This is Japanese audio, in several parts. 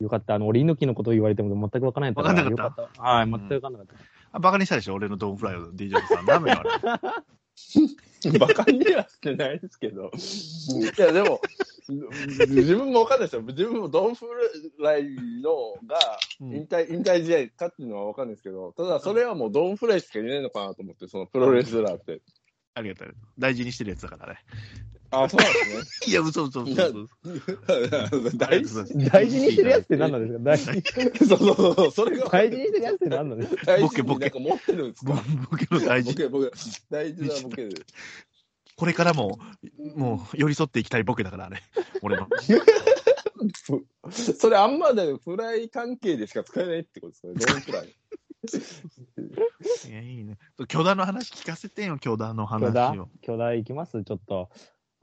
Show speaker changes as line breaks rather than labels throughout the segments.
よかった。あの、俺、猪木のことを言われても全く分からない
分かんなかった
よかった。はい、
ん
全く分かんなかった。
あバカにしたでしょ俺のドームフライを DJ さん。ダメよ、あれ。
バカにはしてないですけど。いや、でも、自分もわかんないですよ。自分もドンフライのが
うん
引退、引退試合かっていうのはわかんないですけど、ただそれはもうドンフライしか言えないのかなと思って、そのプロレスラーって。
ありがとう。大事にしてるやつだからね。
あ、そうなんです
いや、嘘嘘嘘嘘。
ね。
あり
大
がとうござい
事
ます
大事にしてるやつって何なんですか大事に
そうそうそう、それが
大事にしてるやつって何なんですか
大事
ボケボケ
なんか持ってるんです
ボ
か
ボケの大
ボ
事。
ケ、ボケ、大事なボケで。
これからも、もう、寄り添っていきたいボケだから、あれ。俺の。
それあんまだよ、フライ関係でしか使えないってことですね、ドンフライ。
いや、いいね。巨大の話聞かせてよ、巨大の
巨
話
大
を。
巨大いきますちょっと。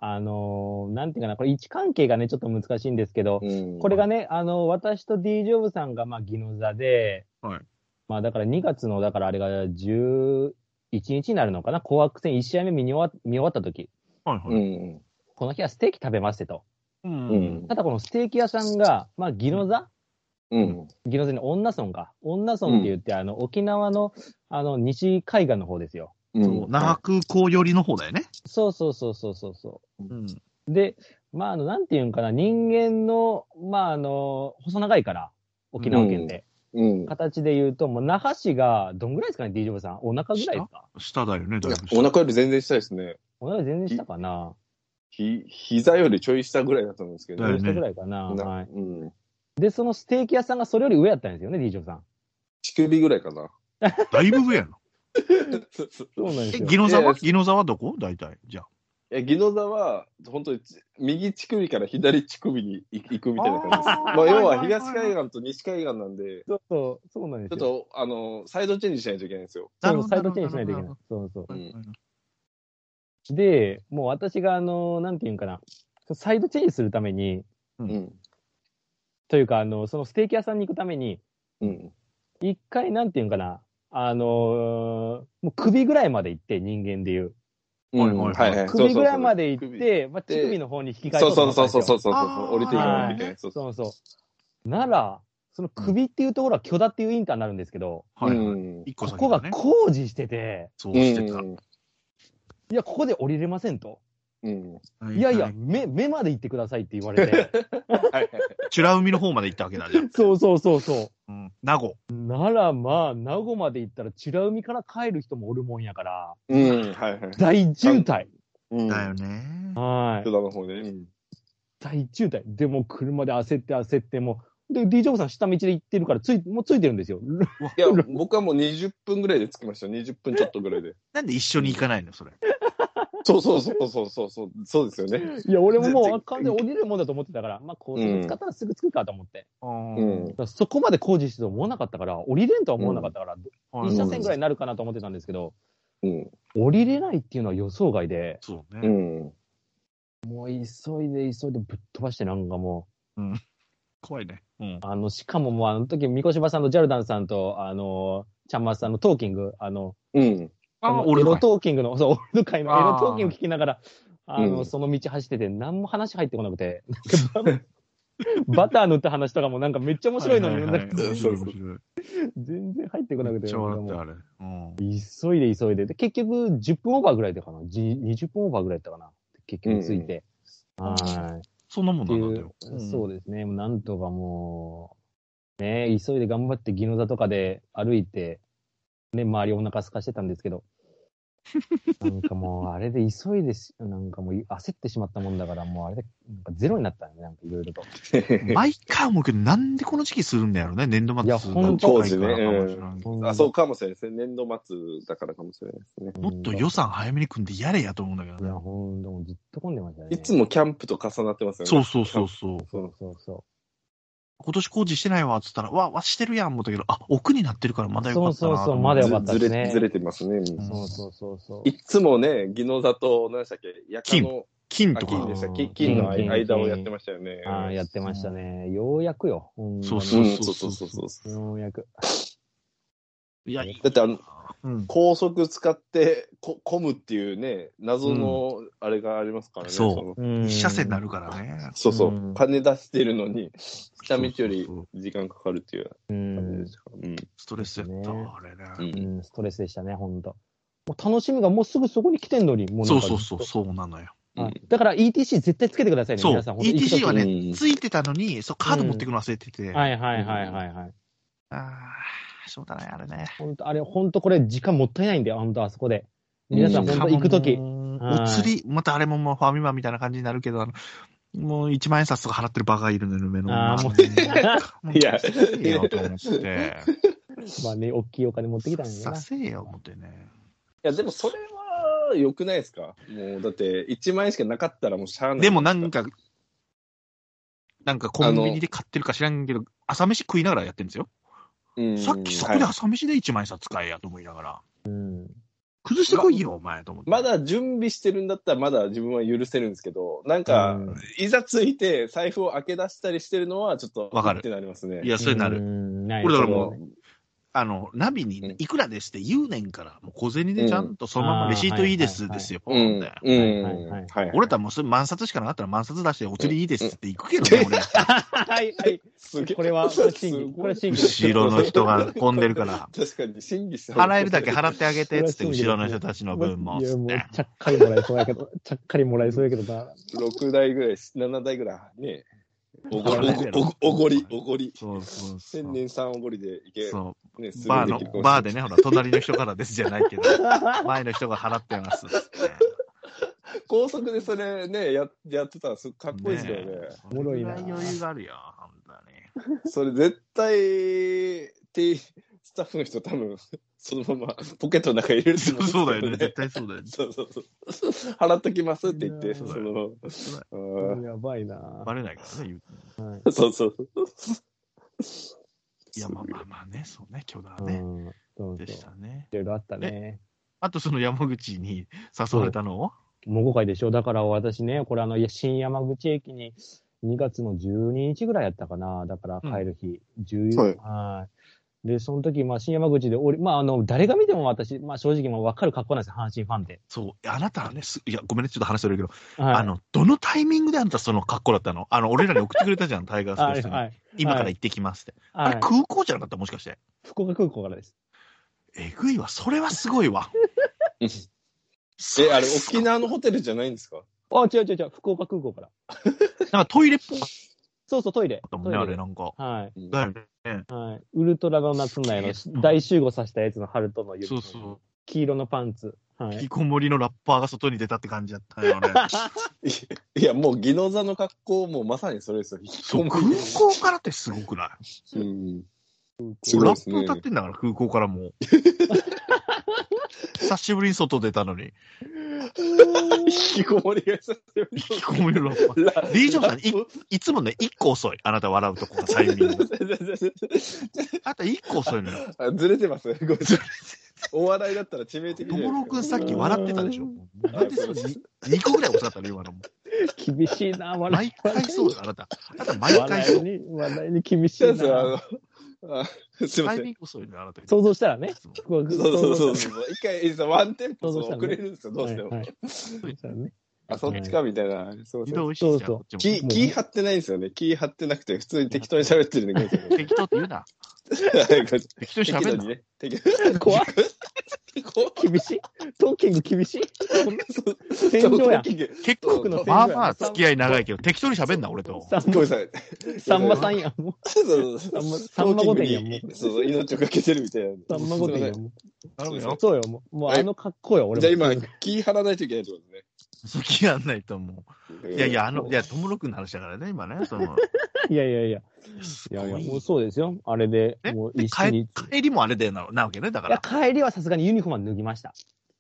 あのーなんていうかな、これ位置関係がね、ちょっと難しいんですけど、
うん
これがね、あの、私と D ジョブさんが、まあ、ギノ座で、
はい
まあ、だから2月の、だからあれが11日になるのかな、紅白戦1試合目見に終わ見終わった時
はいは
う
い。
ん。
この日はステーキ食べますってと。
う。
うんん
た。だこのステーキ屋さんが、まあ、ギノ座、
うん。
ギノ座に女村か。女村って言って、あの、沖縄の、あの、西海岸の方ですよ。
う
そう、那覇空港寄りの方だよね。
そうそうそうそうそうそう。
うん。
で、まあ、あの、なんていうんかな、人間の、まあ、あの、細長いから、沖縄県で。
うん。
形で言うと、もう、那覇市が、どんぐらいですかね、D ジョブさん。お腹ぐらいですか
下だよね、だ
い
い
や
ぶ下
お腹より全然下ですね。
お腹全然下かな。
ひ、膝よりちょい下ぐらいだと思うんですけど。
だよね
下ぐらいかな。
な
はい。
うん。
で、そのステーキ屋さんがそれより上だったんですよね、D ジョブさん。
乳首ぐらいかな。
だいぶ上やの。
そうなんで
え、
すよ。
ギノザ
いや
はい
や
ギノザはどこ大体。じゃあ。
え、ギノザは、本当にち右乳首から左乳首に行行くみたいな感じです。
あー
まあ、要は東海岸と西海岸なんで、
そうそう、そうなんです
ちょ
よ。
っと、あの、サイドチェンジしないといけないんですよ。
そうサイドチェンジしないといけない。そうそう。で、もう私が、あの、なんていうんかな、サイドチェンジするために、
うん。
というか、あの、そのステーキ屋さんに行くために、
うん。
一回、なんていうんかな、あのもう首ぐらいまで行って、人間でいう。
うん
はい
は
はい
いはい。
首ぐらいまで行
そ
っ
うそうそう、
て、まあ、乳首の方に引き返
そうそうそうそう
うと
そ
思
うそう
あ
そ
ー
う降りていかないといけない。そうそ
った
う。
んですよそうそう。なら、その首っていうところは許だっていうインターになるんですけど、
はいは
う
い。
ん
一個
こ
先
こ
だ
が
ね。
工事してて、
そう
う
してた。
ん。
いや、ここで降りれませんと。
うん。
いやいや、目、目まで行ってくださいって言われ て。
はいはい。
美ら海の方まで行ったわけだじゃん。
そうそうそうそう。
うん。名護。
ならまあ、名護まで行ったら、美ら海から帰る人もおるもんやから、
うん。はいはい。
大渋滞。
うん。
だよね。
は
人
い。
だの方で。うん
大渋滞。でも、車で焦って焦って、もう、で、D ジョブさん下道で行ってるから、つい、もうついてるんです よ。
いや、僕はもう20分ぐらいで着きましたよ。20分ちょっとぐらいで。
なんで一緒に行かないのそれ。
そうそうそうそうそうそう、そうですよね。
いや、俺ももう、
全然
あ完全に降りるもんだと思ってたから、まあ、高速使ったらすぐ着くかと思って。
う。
うん
だからそこまで工事してると思わなかったから、降りれんとは思わなかったから、
はい
一車線ぐらいになるかなと思ってたんですけど、
うん。
降りれないっていうのは予想外で、
そう
う
ね。
ん。
もう急いで急いでぶっ飛ばしてなんかもう、
怖いね。うん。
あの、しかももうあの時、三越場さんとジャルダンさんと、あの、ちゃんまつさんのトーキング、あの、
うん。
そのエロトーキングの、そう、俺の会のエ
あ
ロ
ー
トーキング聞きながら、あの、
うん
その道走ってて、何も話入ってこなくて、なんかババター塗った話とかもなんかめっちゃ面白いのに、なんか
面白い面白い。
全然入ってこなく、
めってちゃ笑って
も
あ
う
れ。うん。
急いで急いで、で、結局10分オーバーぐらいでかな、じ20分オーバーぐらいだったかな、結局ついて。はい。
そんなもん
って
ないんだ
う
よ。、うん
そうですね、もうなんとかもう、ね、急いで頑張って、ギノ座とかで歩いて、ね、周りお腹空かしてたんです けど、なんかもう、あれで急いでし、なんかもう焦ってしまったもんだから、もうあれで、なんかゼロになったね、なんかいろいろと。
毎回思うけど、なんでこの時期するんだやろね、年度末
いや
する
ほん
と
高いからかもしれんけど
あ、そうかもしれないですね。年度末だからかもしれないですね。
うん
もっと予算早めに組んでやれやと思うんだけど
いや、
ね。
ほんと、もうずっと混んでましたね。
いつもキャンプと重なってますよね。
そうそうそうそう。
そうそうそ
今年工事してないわっつったら、わ、わ、してるやん思ったけど、あ、奥になってるからまだよかった
そ
な
うそうそう
と思
まだ
ず
よかった
ず
ですね
れ、ずれてますね。
う。
ん
そうそうそうそう。
いつもね、技能座と、何でしたっけ、夜間の
金
あ
と
金
か
で。したっけ
うん
金の
金
間をやってましたよね。
ああ、やってましたね。ようやくよ。ほんとに
そう
う
そ
ん、そうそうそうそう。
ようやく。
いや、
だってあの、
うん。
高速使ってこ混むっていうね、謎のあれがありますからね。
うん
そ
そ
の
一車線になるからね。
そうそう、
うん
金出してるのに、下道より
そうそう
時間かかるっていう
う
感じ
ん
で。すから。うん。
ストレスやったわ、あれね。
う
うんん、ストレスでしたね、ほんと。もう楽しみがもうすぐそこに来てんのに、もなん
そう
か
そうそう、そうなのよ。
はいだから ETC 絶対つけてくださいね、
そう
皆さん。ほんと
ETC はね
うん
ついてたのに、そう、カード持ってくの忘れてて。あ
はいはいはいはいはい。
あー、しょうがない、あれね。
本当あれ、本当これ時間もったいないんだよ、本当あそこで。皆さん
うん
本当行くとき。
お釣り、またあれももうファミマみたいな感じになるけど、あの、もう1万円札とか払ってるバカがいるのよ、目の
あーもう
前に。
いや
させえよ、と思 って。
まあね、大きいお金持ってきたんだよ
さ
な。
せえよ、思ってね。
いや、でもそれは良くないですかもう、だって、1万円しかなかったらもうしゃあない。
でもなんか、なんかコンビニで買ってるか知らんけど、朝飯食いながらやってるんですよ。
うん、
さっきそこで
はい
朝飯で1万円札使えやと思いながら、
うん。
崩してこいよ、お前、と思って。
まだ準備してるんだったらまだ自分は許せるんですけど、なんか、
うん
いざついて財布を開け出したりしてるのはちょっと、
わかる
ってなりますね。
いや、そうなる。
んない
これだから
もう
そ
あの、ナビ
うん
にいくらですって言うねんから、もう小銭でちゃんとそのま
う
ま
ん
レシートいいです
あー
ですよ、ポ
う
ンっ
ん。うん。
て。
はいはい
はい。
俺たちもうそれ万札しかなかったら万札出してお釣りいいですって行くけどね、俺。
はいはい。
すげえ
これは、これ審議。これ審議です
後ろの人が混んでるから。
確かに、審議した方が
払えるだけ払ってあ げて、つって後ろの人たちの分も、
い
つ
や、
っ
もう
て。、
ちゃっかりもらえそうやけど、ちゃっかりもらえそうやけどな。
6台ぐらい、7台ぐらい、ね。おご
あ
お
れ
ごおごおごり、おごり。
そうそうそ
千
う。
年さんおごりでいけ、
そ
ね、
う。
すぐ
バー
で
の、
きるかもしれない
バーでね、ほら、隣の人からですじゃないけど、前の人が払ってますっつって。
高速でそれね、ややってたらすかっこいいですけどね。
おもろいな
それぐら余裕があるよ、本当に。
それ絶対、てスタッフの人多分、そのままポケットの中に入れると 思んです
そうだよね、絶。対そうだよね。
そうそうそう。払っときますって言っ
いや
て、そ
ー
の、うん
やばいな。
バレないからね、言う
そうそう。
いや、まあまあまあね、そうね、今日だ
う
ね。
ん。そうそう。
で
い
したね。
ろいろあったね。
あと、その山口に誘われたのを、
もご会でしょ。だから私ね、これあの、いや新山口駅に2月の12日ぐらいやったかな。だから帰る日、14
はい
はい。で、その時、まあ、新山口で、俺、まあ、あの、誰が見ても私、まあ、正直、まあ、わかる格好なんですよ、阪神ファンで。
そう、あなたはね、すいや、ごめんね、ちょっと話それるけど、
はい、
あ、の、どのタイミングであんたその格好だったのあの、俺らに送ってくれたじゃん、タイガース
は
の
い、
人に。
はい。
今から行ってきますって。あ
は
れ、
い、
空港じゃなかったもしかして。
福岡空港からです。
えぐいわ、それはすごいわ。
え、あれ、沖縄のホテルじゃないんですか
あ、違う違う違う、福岡空港から。
なんかトイレっぽかっ
そうそう、トイレ。
たも
ト
ん
イ
ね、
レ
あ
で
れ、なんか。
はい。
だよね。
はい。ウルトラの夏内の大集合させたやつのハルトの指
そうそ
黄色のパンツ。は
う。引
い
き。こもりのラッパーが外に出たって感じだったよね。
いや、もう、技能座の格好もまさにそれですよ。
そう、空港からってすごくない
うんす
ラ
ごいです
ップ
ね
歌。ってんだから、空港からもう。久しぶりに外出たのに。
引きこもりが久しぶり
引きこもりのラッパー。
ラ
リージョンさん、いいつもね、一個遅い。あなた笑うとこがタイミング。あなた一個遅いのよ。
あずれてます。ごめんなさいお笑いだったら致命的
ところくんさっき笑ってたでしょ。なんでそうに二個ぐらい遅かったの今のも。
厳しいな、笑い
毎。回そうだよ、あなた。あなた毎回
笑
そ。
いうに、笑いに厳しい
そう
な。
ですよあのあすいま
タ
せ
イ
ん。
ミング遅いのよ、あなた。
想像したらね
い。つも
そう
そうそうそうそう。一回、そうワンテンポそう遅れるんですよ、どうしても。
はいはい
あ、そっちかみたいな。そう
移
そう。
動しいじゃん、
そうそう
こっちも。
気、気張ってないんですよね。気張ってなくて、普通に適当に喋ってるんで、ごめんなさい
適当って言うな。
はいごめんなさい
適当に
適当
喋ん
に
な。
ね。適当に
怖い。
怖い。
厳しいトーキング厳しい
そう
天井やん。
結
そう
構
僕の、
まあまあ付き合い長いけど、適当に喋んな、俺と。
さ
ごめん
ん
なさい。
さんまさんやん。も
そうそう
さ
そう
んま
ト
さん
ー
ま
キン
御
グ
殿やん。も
にそうそう命をかけてるみたいな。
うさんま御殿やん。も
頼む
そう
よ
う。そうよ。もうもうあの格好よ、俺
じゃあ
も
今、気張らないといけないってこ
付き合わないと思
と
う。
ね。
いやいや、あの、いや、ともろくんの話だからね、今ね。その
いやいやいや。
す
い
ご
やいや、もう
い。
そうですよ。あれで、
え
もう
で
一緒に
帰。帰りもあれだよな、なわけね、だか
いや
ら。
帰りはさすがにユニフォームは脱ぎました。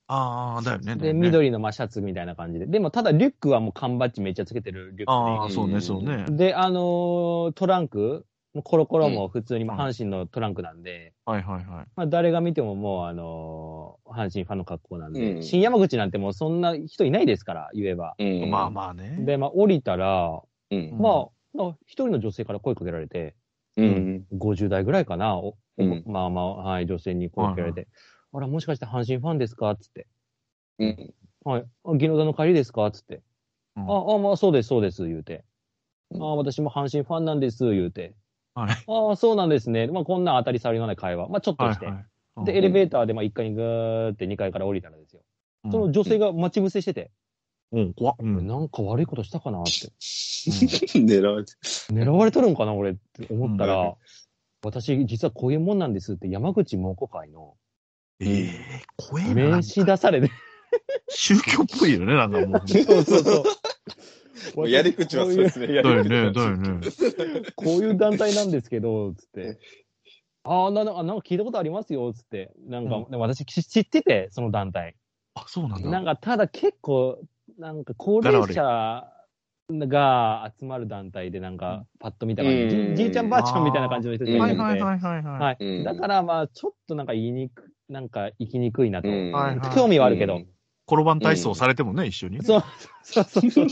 ああ、だよね。だ
で、
よね
緑のまあシャツみたいな感じで。でも、ただリュックはもう缶バッジめっちゃつけてるリュッ
あ
ク
あ、そう
う
ね、
ん
そうね。
で。で、あのートランク、コロコロも普通に
ん
阪神のトランクなんで、
はいはいはい。
まあ、誰が見てももう、あのー阪神ファンの格好なんで、
うん
新山口なんてもうそんな人いないですから、言えば。
うん
まあまあね。
で、まあ、降りたら、
うん
まあ、なんか一人の女性から声かけられて、
うん。
50代ぐらいかな、お
うん。
まあまあ、はい、女性に声をかけられて、あら、もしかして阪神ファンですかつって。
うん。
はい。あ、ギノダの帰りですかつって。
うん
あ、あ、まあ、そうです、そうです、言うて。
うん
あ、私も阪神ファンなんです、言うて。
はい
あ、そうなんですね。まあ、こんな当たり障りのない会話。まあ、ちょっとして。
はい。
で、エレベーターで、まあ、1階にぐーって2階から降りたらですよ。
うん
その女性が待ち伏せしてて、
うん、怖っ。うん。
なんか悪いことしたかなって。
狙われて。
狙われとるんかな、俺って思ったら、
う
私、実はこういうもんなんですって、山口猛虎会の
ええ、怖えな。
名刺出されて、
宗教っぽいよね、なんかもう。
そうそうそ
もう
う。
やり口はそうですね。や
だ
り
よ
口は
ね、だよね。
こういう団体なんですけど、つって。ああ、なななんか聞いたことありますよ、つって。なんか、
うん
でも私知知ってて、その団体。
あ、そうなんだ。
なんか、ただ結構、なんか高齢者が集まる団体で、なんか、パッと見た感じ、
うん
じ。じいちゃんばあちゃんみたいな感じの人たちが
はいい
るの
は
で。
いはいはいはい。
はい
うん
だから、まあ、ちょっとなんか言いにく、なんか行きにくいなと。
うん
はいはい
興味はあるけど。
うん
転ばん体操されてもね、一緒にね。
そう、そうそうそう。
ロ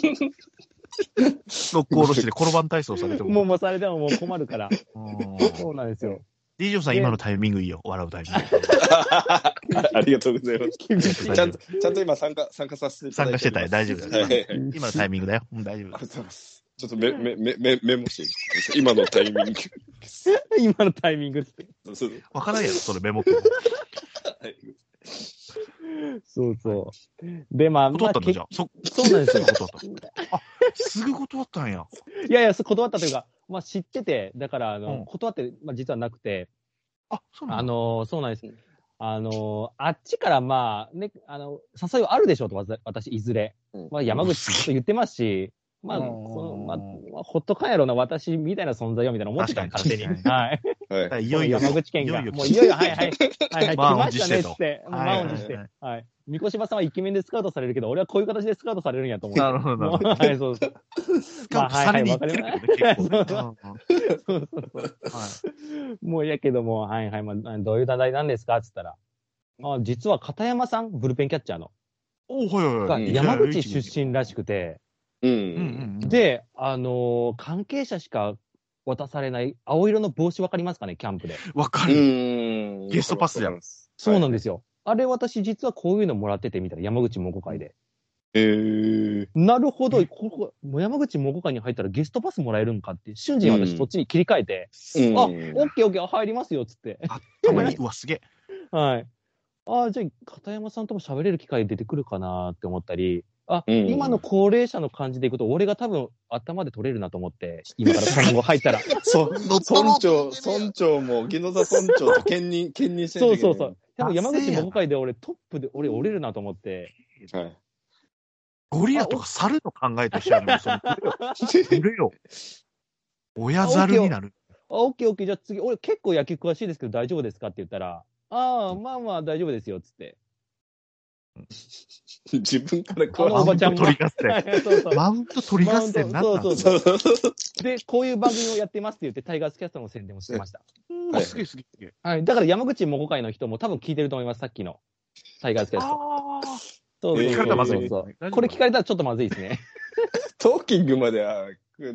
ックおろしで転ばん体操されて
もう、
もね。
もうされてももう困るから。
うん
そうなんですよ。
DJ さん、
で
今のタイミングいいよ。笑うタイ ミン
ありがとうございます。
厳しい。
グ。
ちゃんと、ちゃんと今参加、参加させていた
参
だい
加してたよ。大丈夫だよ
はいはい
今のタイミングだよ。うん大丈夫
ありがとうございます。ちょっとメメメメメモしていいですか今のタイミング。
今のタイミングって。
そう
わからんやろ、それメモ っても。
はい
そうそう。で、まあ、
断った
ま
の
あ
じゃあ。そ、
そうなんですよ。
断った。あ、すぐ断ったんや。
いやいや、そう断ったというか、まあ知ってて、だから、あの、
うん
断って、まあ実はなくて、
あ、そうな
あ
んだ。
のーそうなんです。あのーあっちからまあ、ね、あの、誘いはあるでしょうと、わざ私、いずれ
うん。
まあ山口と言ってますし、まあ、
うん
この、まあ、まあ、ほっとかんやろな、私みたいな存在よ、みたいな思ってたん
確か
勝
に
手に。はい。
はいはい。
いよいよ、
山口県が。
いよいよ
もういよいよ、はい はい。はいはい、来
満を
ま
持
し
したて
ね
と
って。
はいはいはい
満を持して。はい。三越場さんはイケメンでスカウトされるけど、俺はこういう形でスカウトされるんや と思って。
なるほどなるほど
はい、そうそう。
スカウトされに行ってるけどね、結構ね。
そうそうそう。
うんはい
もうやけども、はいはい、まあ、どういう団体なんですかって言ったら、あ実は片山さん、ブルペンキャッチャーの、
おはいはい
が
はい。
山口出身らしくて、
う
うんうん
ん。
うん。
で、あのー関係者しか渡されない、青色の帽子わかりますかね、キャンプで。
わか
う
る。
ん。
ゲストパスやん
そうなん
で
ですよ。あれ、私、実はこういうのもらっててみたいな、山口猛虎会で。
す。へえ。
なるほど、ここ、もう山口猛虎会に入ったらゲストパスもらえるんかって、瞬時に
う
私、
ん
そっちに切り替えて、
うん
あ、オッケーオッケー、入りますよ、つって。
たまに、うわ、すげえ。
はい。ああ、じゃあ、片山さんとも喋れる機会出てくるかなって思ったり、あ、
うん
今の高齢者の感じでいくと、俺が多分頭で取れるなと思って、今から看護入った ら。
そ
乗っ取ろ
村
うと
長、
してるやん
村長も、宜野座村長と兼任、兼任して
そうそうそう。。多分
あ
山
せ
口
やな
桃会で俺トップで俺折れるなと思って。
はい。
ゴリラとか猿の考えとしてはもうその、売れよ。親猿になる。
あ、オッケーオッケー、じゃあ次、俺結構野球詳しいですけど大丈夫ですかって言ったら、ああ、まあまあ大丈夫ですよ、つって。
自分から
あのおばちゃんが
マウント取り 合戦。
そうそう。
マウント取り合戦になったんだ
マウントそう
そうそうそう。
で、こういう番組をやってますって言って、タイガースキャストの宣伝もしてました。
あすげえすげえすげえ。
はい。だから山口桃会の人も多分聞いてると思います、さっきの。タイガースキャスト。
ああ。
そうそう
えー
そう
聞かれたらまずい
そうそう
大丈夫
これ聞かれたらちょっとまずいですね。
トーキングまでは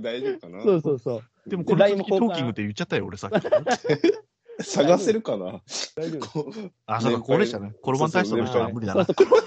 大丈夫かな
そうそうそう。
でもこ
ラ
れ、
イン
ト
も交換
ーキングって言っちゃったよ、俺さっき。
探せるかな
大丈夫
こう
あ、そうか、
ね
高齢者ね。転ばん体操の人は
そうそう
無理だ
そう
な。
そうこ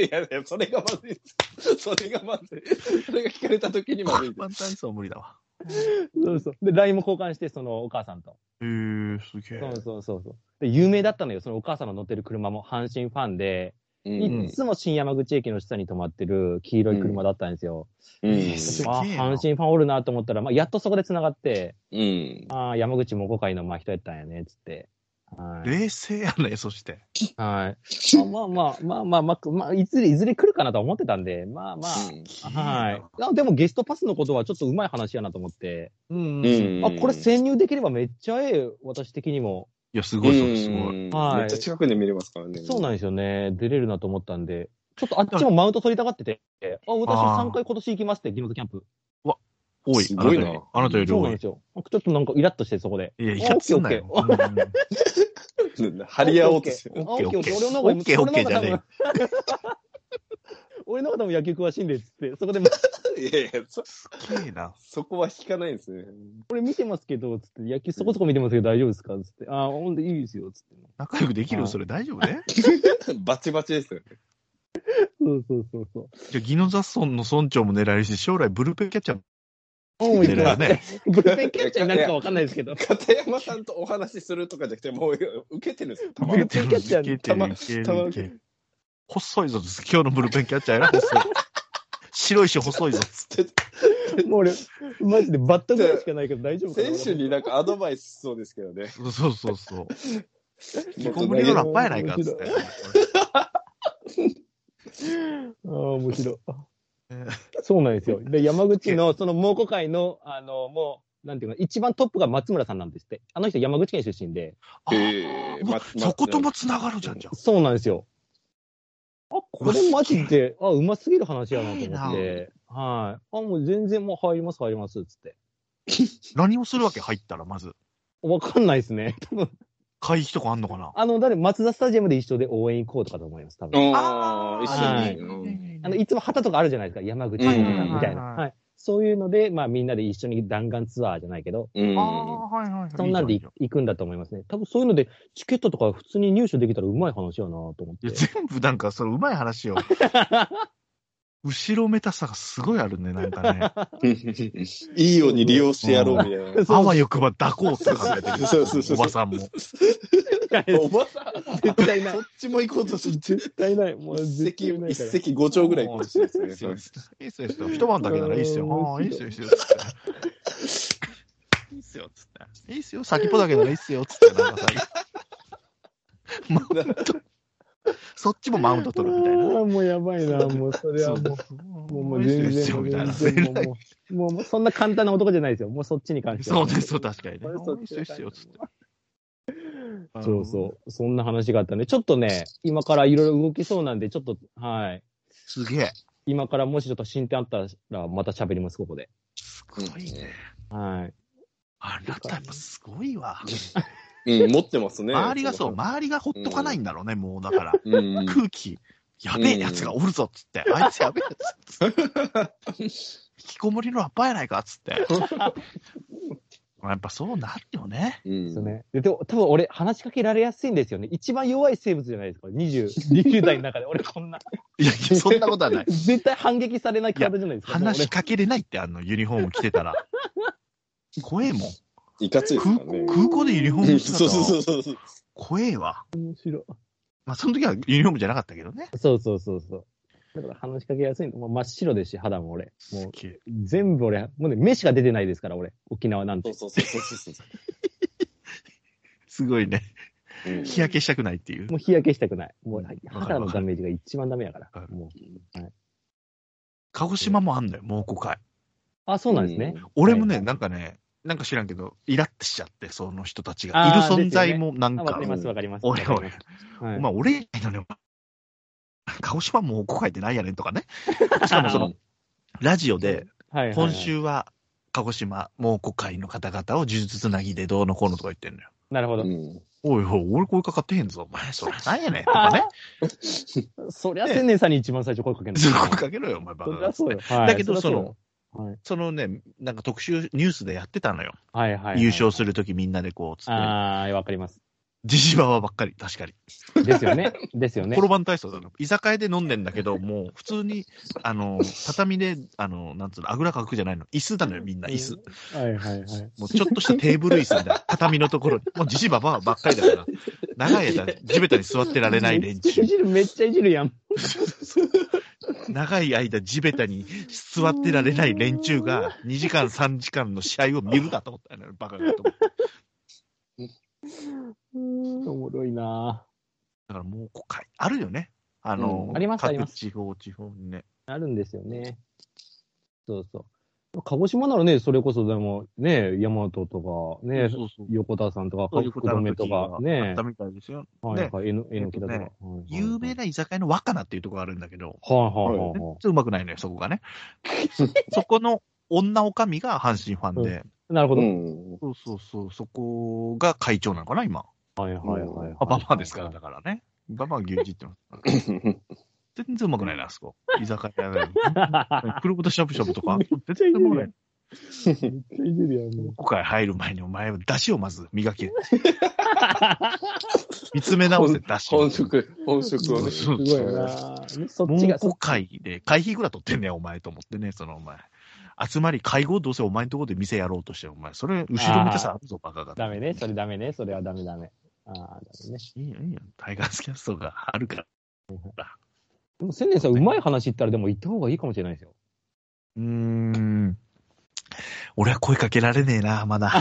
いやいや、それがまずいです。それがまずい。それが聞かれた時にまずい
転
で
ばん体操は無理だわ。
れそうそう。で、LINE も交換して、そのお母さんと。
へえ、すげえ
そう。そうそうそう。で、有名だったのよ。そのお母さんの乗ってる車も阪神ファンで、い
す。
つも新山口駅の下に止まってる黄色い車だったんですよ。
うん。
いいっす
あ
すげえな
阪神ファンおるなと思ったら、まあ、やっとそこで繋がって、
うん。
ああ、山口も5回のまあ人やったんやね、つって。はい。
冷静やね、そして。
はい。まあまあまあまあまあ、まあ、いずれ、いずれ来るかなとは思ってたんで、まあまあ、はい。あでもゲストパスのことはちょっとうまい話やなと思って、
うん。
う
い
ん。
あ、これ潜入できればめっちゃええ、私的にも。
や、す
す
ごい、それすごい。
めっ
はい
ちゃ近くで見れますからね。
そうなんですよね。出れるなと思ったんで、ちょっとあっちもマウント取りたがってて、あ、私
あー
3回今年行きますって、ギノズキャンプ。
多い。
す
あ
ご
ないた
な
より、あなたより
そう
多
なん
い
で。すよ。ちょっとなんかイラッとして、そこで。
いや、いや、すんなよ。うん
張り合おうとして
オ
る。
ッケーオッケー。
オッケー
俺の
オッケー
方が
オッケーじゃねえ
俺の方が多分 俺の方も野球詳しいんでっつって、そこでも、
いやいや、そ、
すげえな。
そこは引かないんですね。
俺見てますけど、つって、野球そこそこ見てますけど大丈夫ですかつって、ああ、ほんでいいですよ、つって。
仲良くできるそれ大丈夫ね
バチバチですよね。
そうそうそうそう。
じゃあ、ギノザ村の村長も狙えるし、将来ブルペンキャッチャー
も
も
う
狙えるね。
ブルペンキャッチャーになるかわかんないですけど、
片山さんとお話しするとかじゃなくて、もう受けてるんですよ、たま
ブ
に
ルペンキャッチャー
いけてるいけてる
たま
いけてる細いぞ、今日のブルペンキャッチャーやな、細い。白いし細いぞ。
もう俺、マジでバットぐらいしかないけど大丈夫かな
選手になんかアドバイスしそうですけどね。
そうそうそうそう。
もっ
コ
と
ン
投
ビ
げ
ニの
ろ
ラッパやないかっつって。
ああ、面白い。
え
そうなんですよ。で、山口の、その猛虎会の、あの、もう、なんていうか、一番トップが松村さんなんですって。あの人山口県出身で。
あ
えー
うわ
ま
そこともつながるじゃん、じゃん。
そうなんですよ。あ、これマジで、あ、うますぎる話やなと思っ
いい
て。はい。あ、もう全然もう入ります、入ります、つって。
何をするわけ入ったら、まず。
わかんないですね。多分
会費とかあんのかな
あの、誰、松田スタジアムで一緒で応援行こうとかと思います、多分。
ああ、一
は
緒
い
にうん。
あの、いつも旗とかあるじゃないですか、山口と
う
か、
ん
みたいな。
はいはいはい
はい。そういうので、まあみんなで一緒に弾丸ツアーじゃないけど、
うん
ああ、はいはいはい。
そんなんで
いい
い
じゃん
行くんだと思いますね。多分そういうので、チケットとか普通に入手できたらうまい話やなと思っ
い
て
や、。全部なんか、そのうまい 話よ。後ろめたさがすごいあるね、なんか ね。
いいように利用してやろうみたいな。
あわよくば抱こうって考えてる。
そうそうそう
おばさんも。
おばさん、
絶対ない
そっちも行こうとする。
絶対ない。もう
一
絶
石、
対ない
一
から。
石五鳥ぐらい行こうとしてるんで
い
すよ
いっ
ね
す
そ
よ、
れ
い。いっすよ。一晩だけならいいっすよ。ああ、いいっすよ、いいっすよ。つっていいっすよ、つって。いいっすよ、先っぽだけならいいっすよ、つって。 なんかさ、マウント。そっちもマウント取るみたいな。
あーもうやばいな、もうそれはもう、もうもう全
いいっすよ
然、
いいっすよみた
全
いな
然もう、もうもうそんな簡単な男じゃないですよ。もうそっちに関しては。
そうね、そう、確かにね。
これ
あ
そ
あいい
っ
っす
ちだ
よ、いいっすよ、つって。
そうそう。そんな話があったんで、ちょっとね、今からいろいろ動きそうなんで、ちょっと、はい。
すげえ。
今からもしちょっと進展あったら、また喋ります、ここで。
すごいね。
はい。
あなたやっぱすごいわ。
うん、持ってますね。
周りがそう、周りがほっとかないんだろうね、もうだから。
うん。
空気、やべえやつがおるぞっつって、あいつやべえやつっつって。 引きこもりのラッパーやないかっつって。やっぱそうなるよね。
うん
ですよね。で、でも多分俺、話しかけられやすいんですよね。一番弱い生物じゃないですか。20、20代の 中で。俺こんな、
いや、いやそんなことはない。
絶対反撃されない体じゃないですか。
話し
か
かけれないって、あの、ユニフォーム着てたら。怖えもん。
いかついです
空
からね
港。空港でユニフォーム着てた
そうそう
ら
そうそうそう。
怖えわ。
面白い。
まあ、その時はユニフォームじゃなかったけどね。
そうそうそうそう。だから話しかけやすいの。もう真っ白ですし、肌も俺。もう全部俺、もうね、飯が出てないですから、俺。沖縄なん
そう
て。
そうそうそうそ
すごいね。
う。うん
日焼けしたくないっていう。
もう日焼けしたくない。もう
うん
肌のダメージが一番ダメやから
わか。る
もう。
鹿児島もあんのよ、猛虎会。
あ、そうなんですね。
俺もね、
はい
なんかね、なんか知らんけど、イラってしちゃって、その人たちが。いる
あー
存在もなん
あ、
か、
わかります、わかります。
おいおい
わかりますはい
まあ俺以外のね、 鹿児島もう5回ってないやねんと かね。しかもその、ラジオで、
はいはいはい
今週は鹿児島もう5回の方々を呪術つなぎでどうのこうのとか言ってんのよ。
なるほ
う
ど。
ん
おいおい、俺声かかってへんぞ、お 前。それなんやねんとかね。
そりゃ、千年さんに一番最初声かけるの
それ声かけろよ、お前バ
そ
カ
り
だ
ゃ
っつ
そ
っ
う
て
よ。はい
だけど
りゃうよ
そのね、なんか特集ニュースでやってたのよ。
はいはいはい。
優勝するときみんなでこう、つってね。
ああ、わかります。
ジジババばっかり、確かに。
です よね。ですよね
コ。ロバン体操だな。居酒屋で飲んでんだけど、もう普通に、あの、畳で、あの、なんつうの、あぐらかくじゃないの。椅子なのよ、みんな、椅子。
はいはいはい。
もうちょっとしたテーブル椅子みたい な、畳のところに。もうじじばばばっかりだから。長い間、地べたに座ってられない連
めっち
中
ゃい。じる、めっちゃいじるやん。
長い間、地べたに座ってられない連中が、2時間、3時間の試合を見るなと思ったのよ、バカがと思って。
うーんおもろいな
だからもう、国会、あるよね。あの、
うんありますありま
各
す
地方、地方にね。
ぁ。あるんですよね。そうそう。鹿児島ならね、それこそでも、ね、大和とか、ね、
そうそう。
横田さんとか、
そういう
福
ことあ
留
る
と
時が
か、
あ
ね
った、みたいですよ。
はいはい、えのえのきだとか
えっ。有名
な。
な居酒屋の若菜っていうところがあるんだけど、
はいはい
全
は
然うまくないのよ、そこがね。 そこの女おかみが阪神ファンで、
い。なるほ
う
ど。
ん。
そうそうそう、そこが会長なのかな、今。
はいはいはいはい。
あ、ババアですから、だからね。ババア牛耳ってます。全然うまくないな、あそこ。居酒屋で。 黒豚しゃぶしゃぶとか。全然うまくない。今回入る前にお前は出汁をまず磨け。見つめ直せ、出汁を
本。職、本職をね。
そう
すごいな。そっ
も
ち
う
が、そ
5回で会費ぐらい取ってんねんお前と思ってね、そのお前。集まり、会合どうせお前のとこで店やろうとして、お前、それ、後ろ見てさ、あるぞ、バカが。
ダメね、それダメね、それはダメダメ。ああ、ダメね。
いいよ、いいよ。タイガースキャストがあるから。
でも、千年さん、うまい話言ったら、でも行った方がいいかもしれないですよ。
うーん。俺は声かけられねえな、まだ。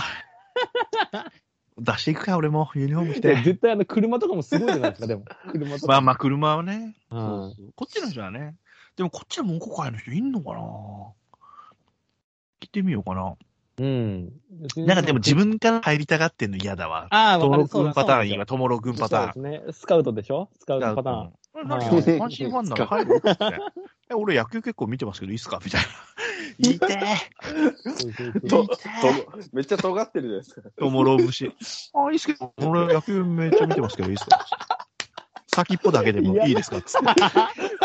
出していくか、俺も、ユニフォーム着
で
て。
絶対、あの、車とかもすごいじゃないですか、でも。車とか。
まあまあ、車はね。
うん
そうそうこっちの人はね。でも、こっちの文庫会の人いんのかな聞いてみようかな。
うん。
なんかでも自分から入りたがってんの嫌だわ。
ああ、
トモロ
そ
君
う
パターン、今、トモロ君パターン。
そうですね。スカウトでしょスカウトパターン。
ー
はい
何よ、阪神ファンなら入るって。え、俺野球結構見てますけど、いいっすかみたいな。いて
と
ー
とめっちゃ尖ってるじゃないですか。
トモロ節。あ、いいっすけど、俺野球めっちゃ見てますけど、いいっすか先っぽだけでもいいですかつって。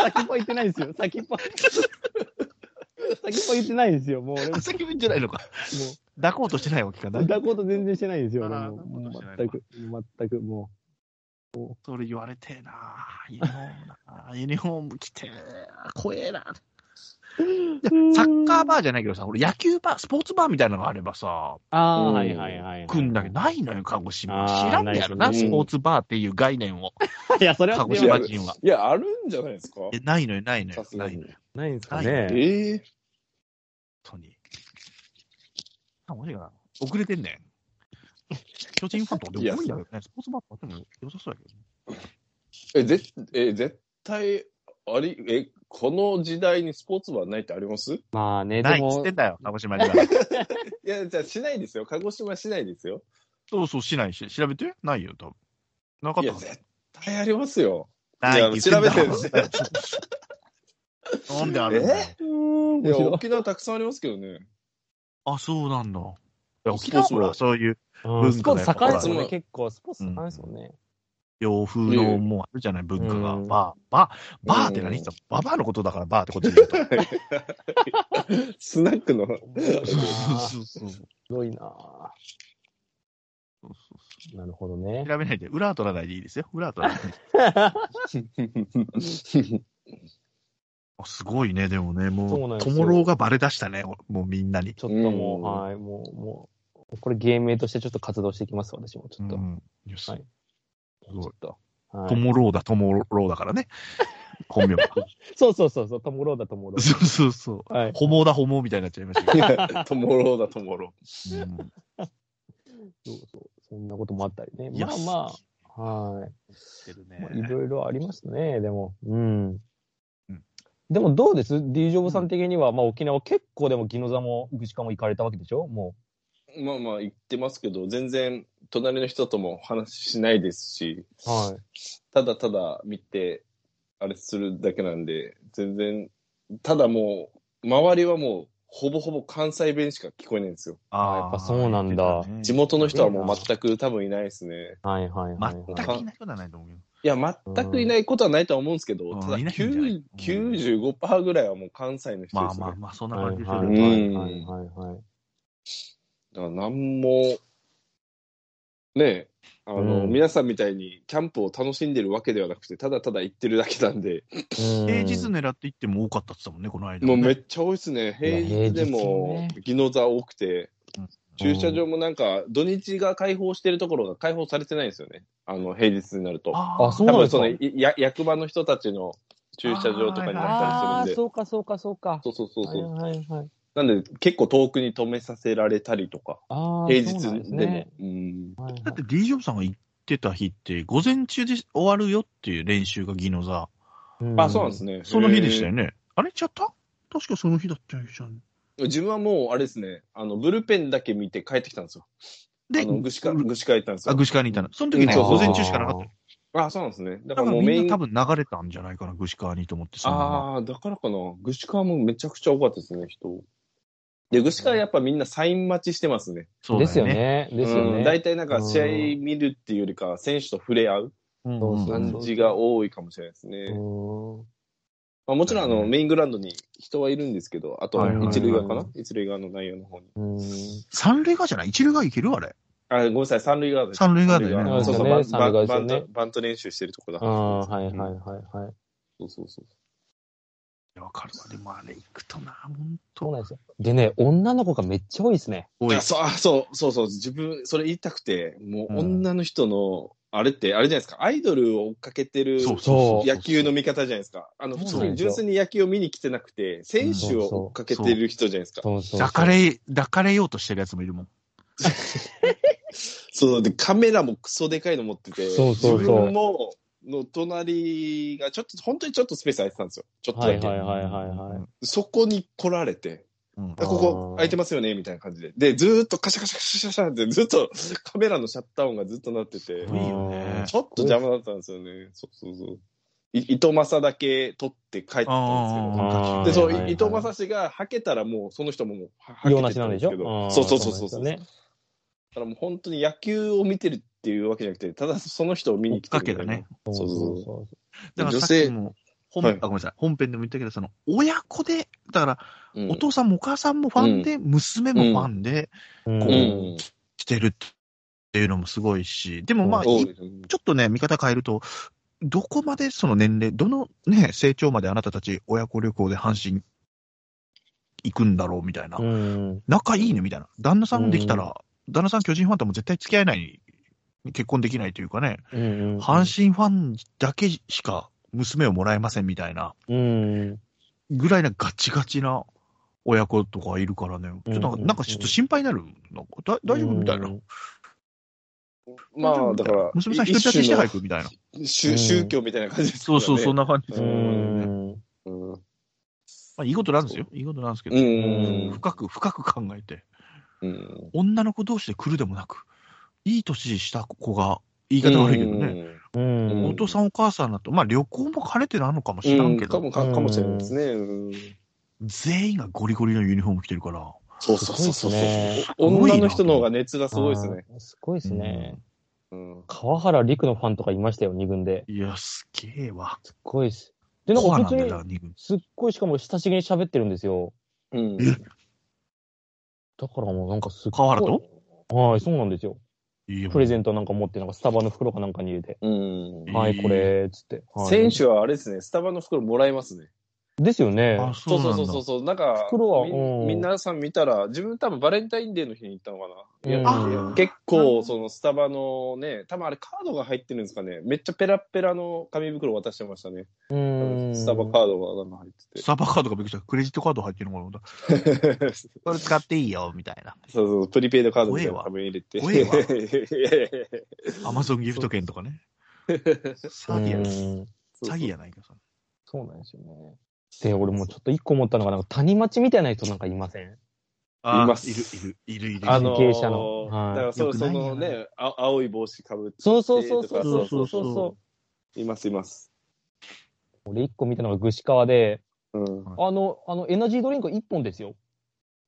先っぽ言ってないですよ。先っぽ。 先っぽ言ってないですよ。もう俺も
あ、先っぽじゃないのか。抱こうとしてないわけかな
う、。抱こうと全然してないですよ。俺
あー
ももう
抱こうと
全
して
く、全くも
それ言われてえなユニフォームなユニフォーム着てえな怖えな
う。
サッカーバーじゃないけどさ、俺野球バー、スポーツバーみたいなのがあればさ、
ああ、
うん
はいはいはいはい。
来んだけどないのよ、鹿児島。
あー
知らんねやろ
な
な、
いです
ね
スポーツバーっていう概念を。
いや、それは
鹿児
でも
島人は。
いや、あるんじゃないですか
いやないのよ、ないのよ
さ。す
な
が
いの
に
よ、。
ないんですか
な
ね。
ええ
本当に。あ、マジかな。遅れてんねん。巨人ファンとかでも多いんだけどね、スポーツバーとかでも良さそうやけどね。
え、ぜえ、絶対、あり、え、この時代にスポーツバーないってありますい
まあね、
な
で
いっつっ
も
て、んだよ、鹿児島には。
や、じゃあしないですよ。鹿児島市内ですよ。
そうそう、しないし、調べてないよ、多分。なかっ
い
た
や、
はず
絶対ありますよ。
ない
いや
って言ってんだもん
調べてるんで
なんであるんだよ
うん
い
面
や、
白い
沖縄たくさんありますけどね。
あ、そうなんだ。いや沖
スポー
縄
ツ
ほら、そういう
うんスポーツ盛んですもんね、
文化が
結構。スポーツ盛んですもんね。
洋風のもうあるじゃない、文化が。
うん
バー、バー、バーって何って言ったのババアのことだから、バーってこっちで言うと。
スナックの。
面白いなす
そうそうそう。
ごいななるほどね。
調べないで、裏は取らないでいいですよ。裏は取らないで。あすごいね、でもね、
そう
も
なん
う、
です
ト
よ
モローがバレ出したね、もうみんなに。
ちょっともう、
うん
はい、もう、もう、これ芸名としてちょっと活動していきます、私も。ちょっと。
うんよし
はい
すごい
ちょっと。は
ト
い、
モローだ、トモローだからね。本名が。
そうそうそうそう、ともろうだともろう。
そうそうそう。
はい。
ホモだ、ホモみたいになっちゃいましたけ
トモローだ、トモロ
ど。うん
そうそう。そんなこともあったりね。
いや
まあまあ、はい。
してるね
まあいろいろありますね、でも。うん。
うん
でもどうです ?D ジョブさん的には、まあ沖縄結構でも宜野座も具志川も行かれたわけでしょも
ー。まあまあ言ってますけど、全然隣の人ともお話ししないですし、
う。はい。
ただただ見て、あれするだけなんで、全然、ただもう、周りはもう、ほぼほぼ関西弁しか聞こえないんですよ。
あ
やっぱそうなんだ
言ってたね
地元の人はもう全く多分いないですね。
はいはいはい、
全
はい。
くいないことはないと思うけど。
いや、全くいないことはないとは思うんですけど、
うん
ただ
いないんじゃない
9 95%ぐらいはもう関西の人
ま
で
あ
すね。
まあまあ、そんな
は
感
い
じでし
は
ょ
いは
う
い
ね。
はいはいはい。
だから何も、ねえ、あの、
うん
皆さんみたいにキャンプを楽しんでるわけではなくて、ただただ行ってるだけなんで、
平
平
日狙って行っても多かったって言ってたもんね、この間ね。
もうめっちゃ多いですね。
いや
平日でも、宜野座多くて
うん、
駐車場もなんか、土日が開放してるところが開放されてないんですよね。あの、平日になると。
あ
あ
あ、
そ
そうう
多
なんです
分
か
その、いや役場の人たちの駐車場とかにな
ああ、
ったりするんで。
そうかそうかそうか。
そうそうそうそう。
はいはいはい。
なんで、結構遠くに止めさせられたりとか、
ああ、
平日
そうなんす
でも
ね。。
うん
はいはい
だって D ジョブさんが行ってた日って、午前中で終わるよっていう練習がギノザ。
あ、そうなんですね。
その日でしたよ
ね。
ね。あれちゃった確かその日だったよじゃん。
自分はもう、あれですね、あの、ブルペンだけ見て帰ってきたんですよ。
で
あ、の、ぐしか、
う
ぐしか行ったんです
あ、
よ。
ぐしかにいたの。その時ね、
うんそうそう
午
そう
前中しかなかった。
あ、そうなんですね。
だか
だか
らら
もうメイ
みん
ン
な多。分流れたんじゃないかな、ぐしかにと思って。そのまま
ああ、だからかな。ぐしかもめちゃくちゃ多かったですね、人。で、ぐしかやっぱみんなサイン待ちしてますね。
そうだ
ですよ。ね。ですよ
うん
ね。
大体なんか試合見るっていうよりか、選手と触れ合う
うん
そうそう
感じが多いかもしれないですね。
うーん
まあ、もちろんあの、
うん
メイングラウンドに人はいるんですけど、あと
はいはいはい
一塁側かな一塁側の内容の方に。
うん。
三塁側じゃない一塁側いけるあれ。
あ、ごめんなさい、三塁側です。
三塁側だよ
あ
ね。
そうそう、
ね
バン
三塁側です
バ
よ
ン
ね
トバント練習してるとこだ。
ああ、はいはいはいはい。
そうそうそう。
わかるわ。でもあれ行くとな、ほ
そ
ん
う
と。
なんですよ。でね、女の子がめっちゃ多いですね。
多い
あ。そうあそうそうそう、自分、それ言いたくて、も
う
う
ん
女の人の、あれって、あれじゃないですか、アイドルを追っかけてる
そう
そう
野球の見方じゃないですか。あの、普
そう
通
なん
に
ですよ
純粋に野球を見に来てなくて、選手を追っかけてる人じゃないですか。
そうそうそう。
抱かれ、抱かれようとしてるやつもいるもん。
そう、で、カメラもクソでかいの持ってて、
そうそうそう
自分も、の隣が、ちょっと、本当にちょっとスペース空いてたんですよ。ちょっとだ
は
け。
いはいはいはいはい。
そこに来られて、
うん
あここ空いてますよねみたいな感じで。で、ずーっとカシャカシャカシャカシャって、ずっとカメラのシャッター音がずっと鳴ってて、
いいよね
ちょっと邪魔だったんですよね。そうそうそう。い伊藤正だけ撮って帰ってたんです
あ
けど。
あー
で、そう、
はいはいはい
伊藤正氏がはけたらもう、その人ももうは、はけ
用
て
なしなんでしょ
た
あ
ん
ー
そうそうそうそうそう。
なんですよね。
だからもう本当に野球を見てるっていうわけじゃなくて、ただその人を見に来てるみたいな
追っか
そう
そうそう
そうそう。
だからさっきも本、
は
あ
い
ごめんなさい、本編でも言ったけど、その、親子で、だから、
うん
お父さんもお母さんもファンで、娘もファンで
うん
こ
う
う、
ん。
来てるっていうのもすごいし、でもまあ、
うん
そう
い
ですね
ちょっとね、見方変えると、どこまでその年齢、どのね、成長まであなたたち親子旅行で阪神行くんだろうみたいな、
うん。
仲いいねみたいな、旦那さんできたら、旦那さん巨人ファンとも絶対付き合えない、結婚できないというかね、
うん。
阪神ファンだけしか娘をもらえませんみたいな、
神。うん。
ぐらいなガチガチな親子とかいるからね、ちょっとなん
うんう
か
んうん
なんかちょっと心配になる、なんかだ大丈夫みたいな
う。ん
まあ、だから、
娘さん一人立ちして早くみたいな。
一種の宗宗教みたいな感じです
そう
からね
そう、そんな感じ。
う
うん
ん。
うん。う
まあ、いいことなんですよ。いいことなんですけど、
ん。
深く、深く考えて、
うん
女の子同士で来るでもなく、いい年した子が、言い方悪いけどね、。
う
うん
ん。
お父さんお母さんだと、まあ旅行も兼ねてなのかもし
う
ら
ん。
んけ
か
ど、
も、かかもしれないですね。うん
全員がゴリゴリのユニフォーム着てるから、
そうそうそうそ
す
う
ごいっすね。
女の人の方が熱がすごいですね。
あー。すごいですね。
うん。
川原陸のファンとかいましたよ、二軍で。
うんいや、すげえわ。
すっごいっす。で、なん
コ
か
ア
普
な
通
んだ
に
よ、、だ二軍。
すっごいしかも親しげに喋ってるんですよ。
うん
え
だからもうなんかすっごい。
河原と
はい、そうなんですよ。
いや
プレゼントなんか持って、なんかスタバの袋かなんかに入れて、
うん
えー
はい、これ、つって。はい
選手はあれですね、スタバの袋もらえますね。
ですよね。
あ、そ
そ
う
う
なん
そ
だ。
うそうそう。なんか、
袋は
み
うん
みんなさん見たら、自分多分バレンタインデーの日に行ったのかな。いや
うん
あー
結構、そのスタバのね、多分あれカードが入ってるんですかね。めっちゃペラッペラの紙袋渡してましたね。
うーん。
スタバカードがなんか入
スタバカードがびっくりした。クレジットカード入ってるのかなと思っ
ってて。
た。これ使っていいよ、みたいな。
そうそう、プリペイドカードみたいなの紙入れて。
怖えわ
いやいやいや
アマゾンギフト券とか ね。詐欺や
う
な。
ーん
詐欺やないか、それ
そうなんですよね。で、俺もうちょっと一個思ったのが、なんか谷町みたいな人なんかいません
あ
います
いる、いる、いる、いる。
あの
関係者のはい
だからそ
よ
う
く
そ
ないよ
のね、あ青い帽子かぶって。
そうそうそう
と
そ
か
うそうそうそう
そ
います、います。
俺一個見たのが具志川で、
うん。
あの、あの、エナジードリンク一本ですよ。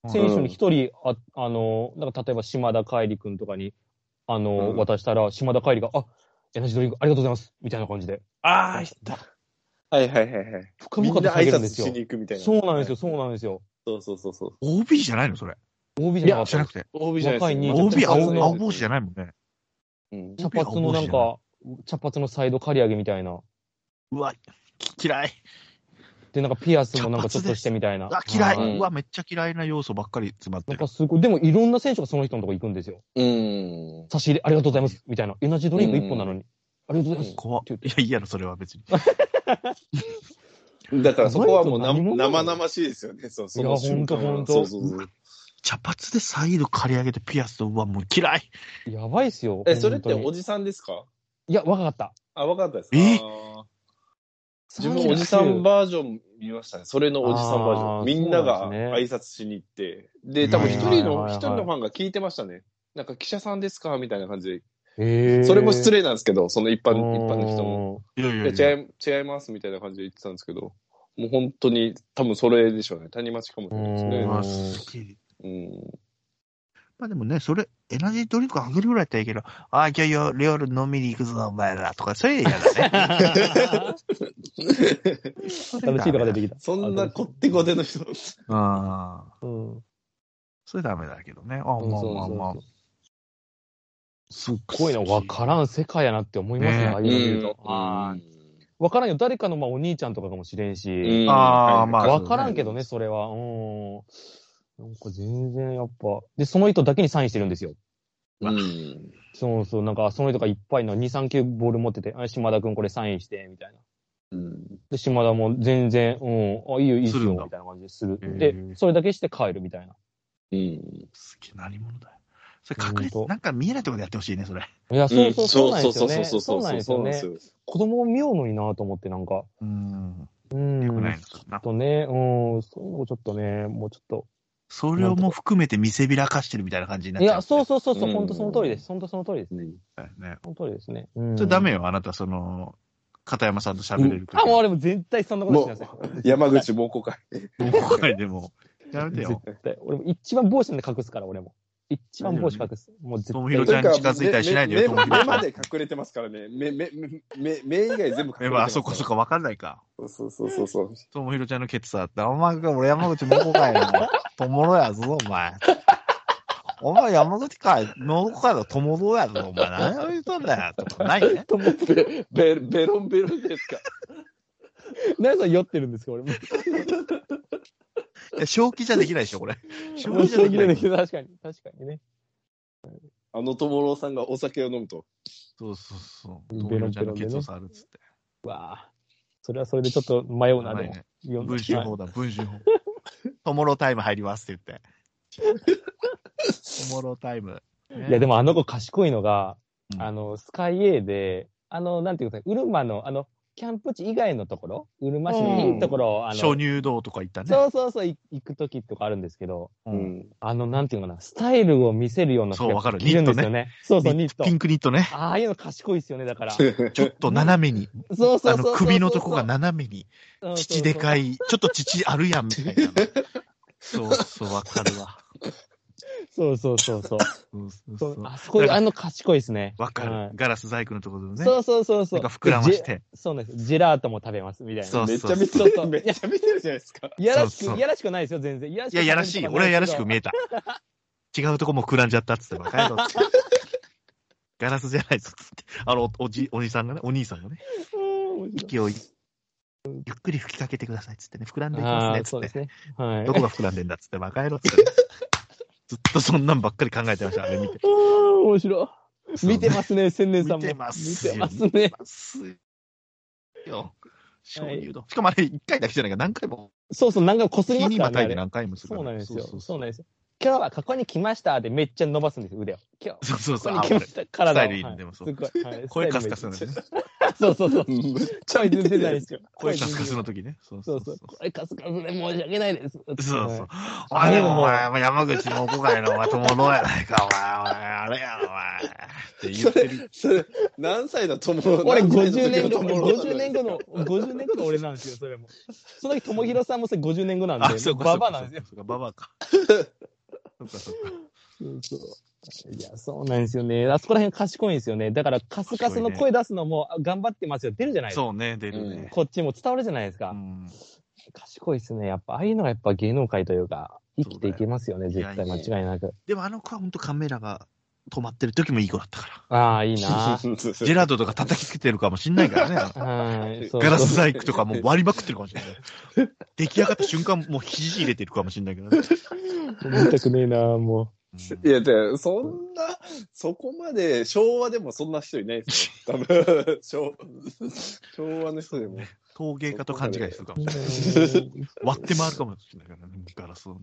選手に一人、ああの、なんか例えば島田海里君とかに、あの、
うん
渡したら、島田海里が、あ、エナジードリンクありがとうございますみたいな感じで。
ああ、いった。はいはいはいはい。
深
み
々
ん
と
な
下
挨
げるんで
拶
す
し
よ
に。行くみたいな。
そうなんですよ、
はい
そうなんですよ。
そうそうそうそう。
OB じゃないのそれ。
OB じゃなかっ
じ
た
ゃ
で
な
す
くて。
OB じゃないです
若い兄ち
帯
ゃん
青、青帽子じ
ゃ
ゃないもんね。
うん。
茶髪のなんか、茶髪のサイド刈り上げみたいな。
うわ、き嫌い。
で、なんかピアスもなんかちょっとしてみたいな。
あ、嫌
は
うん
い。うわ、めっちゃ嫌いな要素ばっかり詰まって
なん
る
か。すごい、でもいろんな選手がその人のとこ行くんですよ。
うん。
差し入れありがとうございます、みたいな。エナジードリンク1本なのに。ありがとうございます。
怖っ
って
い
言っ
や、嫌だ、それは別に。
だからそこはもうな
何もない
生々しいですよね。そうその瞬間
いやほ
は
んと
そ
ほん
う
と
そうそう。
茶髪でサイド刈り上げてピアスと、うわ、もう嫌い。
て。やばいっすよ。
え、それって
本当
お
に
じさんですか
いや、若かった。
あ、わかったです。
え
あー自分おじさんバージョン見ましたね。それのおじさんバージョ
あ
ン。
ー
みんな
そ
が
うなん
挨
で
拶しに行って。で、多分一
はいは
人
いはい
の、
はい
一人のファンが聞いてましたね。なんか記者さんですかみたいな感じ
へ
で。
ー
それも失礼なんですけど、その一般、一般の人も。。
いやい
い
や
や、
いや。
違い、違いますみたいな感じで言ってたんですけど。もう本当に、多分それでしょうね。谷町かもしれないです
違
う
い
わ、
ます
っげえ。
ね。
まあでもね、それ、エナジードリンクあげるぐらいだったらいいけど、ああ、今日よ夜飲みに行くぞ、お前ら、とか、それ嫌だね。
楽しいとか出て
き
きた。
そんなこってこての人。
うん。
うん。
それダメだけどね。あ、まあ
そうそう
まあまあ。
すっごいな、わからん世界やなって思いますね、
ね
ああいうの見ると。わ、からんよ、誰かのまあお兄ちゃんとかかもしれんし、
あーまあ
わ、からんけどね、。それは。うん。なんか全然やっぱ、で、その人だけにサインしてるんですよ。
うん。
そうそう、なんかその人がいっぱいの2、3球ボール持ってて、あ島田くんこれサインして、みたいな。
うん。
で、島田も全然、うん、あ、いいよ、いいっす
する
よ、
ん
み
だ
たいな感じでする
へ。
で
ー、
それだけして帰るみたいな。
うん。
すげえ、何者だよ。それ確
ほん
率、
と
なんか見えないところでやってほしいね、それ。
いや、そうそう、そうなんですよ
そう
ね。
そ
そ
うそうう
なん
そ
で
う
すよ
そう
ね
そ。う。
子供妙のいいなと思って、なんか。
うん。
うん。
よくないのかな
ちょっ。とね、うん、そういうのをちょっとね、もうちょっ
それをも含めて見せびらかしてるみたいな感じにな
と。
っ
い
ちゃう。
や、そうそうそう、そう
うん
本当その通りです。本当その通りです。
ね
だよね。
その通りですね。うん、
それダメよ、あなた、その、片山さんと喋れる
あ、もう
う
俺も絶対そんなことしなさい。
山口猛虎会。
今回でも、やめてよ。
絶対。俺も一番帽子で隠すから、俺も。一番帽子隠す。もう絶
友
対。
広ちゃんに近づいたりしないでよ、
目
友
目目
広ちゃ
ま
ん。
で隠れてますからね。目、目、目、目目以外全部隠れてますから。
やっぱあそこそこ分かんないか。
そうそうそうそう。
友広ちゃんのケツだった。お前が俺山口もこかいな。友ろやぞ、お前。お前山口かい、のどかいだ、友ろやぞ、お前。何を言うとんだよ、とかないね。
ベベベロンベロンですか。
何それ酔ってるんですか、俺も。
いや正気じゃできないでしょ、これ。正
もう
気じ
正
ゃでき
気
な
でで。
い
きる確かに。確かにね。
あの友郎さんがお酒を飲むと。
そうそうそう。
ベ
友
ロン
ろちゃ
ベロ
んの
ンでね
ケツを触るっつって。
それはそれでちょっと迷う
や
な、
ば
で
い
も
ね。
読ん
文春法だ、文春法。トモロタイム入りますって言って。トモロタイム。ね
いや、でもあの子賢いのが、
うん
あの、スカイエーで、あの、なんていうか、ウルマの、あの、キャンプ地以外のところ、ウルマ市のいいところを、あ
初
の、
入道とか行ったね。
そうそうそう、い行くときとかあるんですけど、
う
うんん。
あの、なんていうのかな、スタイルを見せるような人
そうわかる
いるんですよね。そうそう、ニット
ピ。ンクニットね。
ああいうの賢いですよね、だから。そう
ちょっと斜めに。
そうそうそ
あ
う。
の、首のとこが斜めに。
そうそうそう、
父でか
い。
い。ちょっと父あるやん、みたいな。そうそう、わかるわ。
そうそうそうそう。
そうそ
そ
うそうう。
あそこ、
だから
あの賢いですね。
わか
はい
る。ガラス細工のところでね。
そうそうそうそ
な
う。
んか膨らまし
ジェ。
て。
そうなんです。ジェラートも食べます、みたいな。
そう
めっ
そ
ちゃ
う
見
そ
て
ちょっと
る。めっちゃ見てるじゃないですか。
いやらし
そうそ
く、
う
いやらしくないですよ、全然。いやらし
う。い
く
や、やらしい。俺はやらしく見えた。違うとこもくらんじゃったっつって、バ カ野郎っつって。ガラスじゃないぞっつって。あの、おじ、おじさんがね、お兄さんがね、息をゆっくり吹きかけてくださいっつってね、膨らんでいきます
あ
ね
あ
っ
ー、
つ
そう
って
で。すね。はい。
どこが膨らんでんだっつって、バカ野郎っつって。ずっとそんなんばっかり考えてました、あれ見て。
あー面白い。 見てますね、千年さんも。
見てます
見
よ
てますね。
すよ。鍾乳洞。しかもあれ、一回だけじゃないから、何回も。
そうそう、なんかこすり
日
ます
に
か
また
ら
いで
ね。あれ
何回もするか
そ
ら。
うなんですよ。そう
そう
なんですよ。今日はここに来ましたでめっちゃ伸ばすんですよ、腕を。今日、
そうそうそう。
こ
あ
こに来ま
俺
した、体を。
スタイルいいね
はい
でもそう
すごい。はい
声カスカスの
ス
時ね。
タイルいい そうそうそう。
めっちゃ
声
見
全
て
然
る
ないですよ。
声カスカスの
時。
時ね。そうそ
そうう
そ
そうう。。声カスカスで申し訳ないです。
そうそう
は。
あれも、お前、お前山口もこかいの、お前、友のやないか、お前、お前、あれや、お前。って言ってる。
それ、何歳の友
い
郎
俺
何歳の
50
時
年
の
後、
友郎なの
50年後の、50年後の俺なんですよ、それも。その時、ともひろさんもそれ50年後なん
あ、そ
で、
うか。
バ
そう
バ
か
アなんですよ。
そうか、ババ アか。そうか、そうか。
そうそう。いや、そうなんですよね。あそこら辺賢いんですよね。だから、カスカスの声出すのも、あ頑張ってますよ。出るじゃないですか。
そうね、出る
う
ね
ん。。
こっちも伝わるじゃないですか。
うん
賢いですね。やっぱ、ああいうのがやっぱ芸能界というか、生きていけますよね。
そうだ
絶
よ
対間違いなく。
でもあの子は本当カメラが止まってる時もいい子だったか
ああ、いいな
そうそ
ら。
う
ジェラードとか叩きつけてるかもしんないからね あの。
はい。そう
ガラス
そう
細工とかもう割りまくってるかもしれない。 出来上がった瞬間、もう肘入れてるかもしれないけどね。
見たくねえな、も
いや、で、そんな、そこまで、昭和でもそんな人いないですよ。多分、昭昭和の人でも。
陶芸家と勘違いするかも
う。
し
う
れない。
ー
割って回るかもしれないからね、ガラスをね。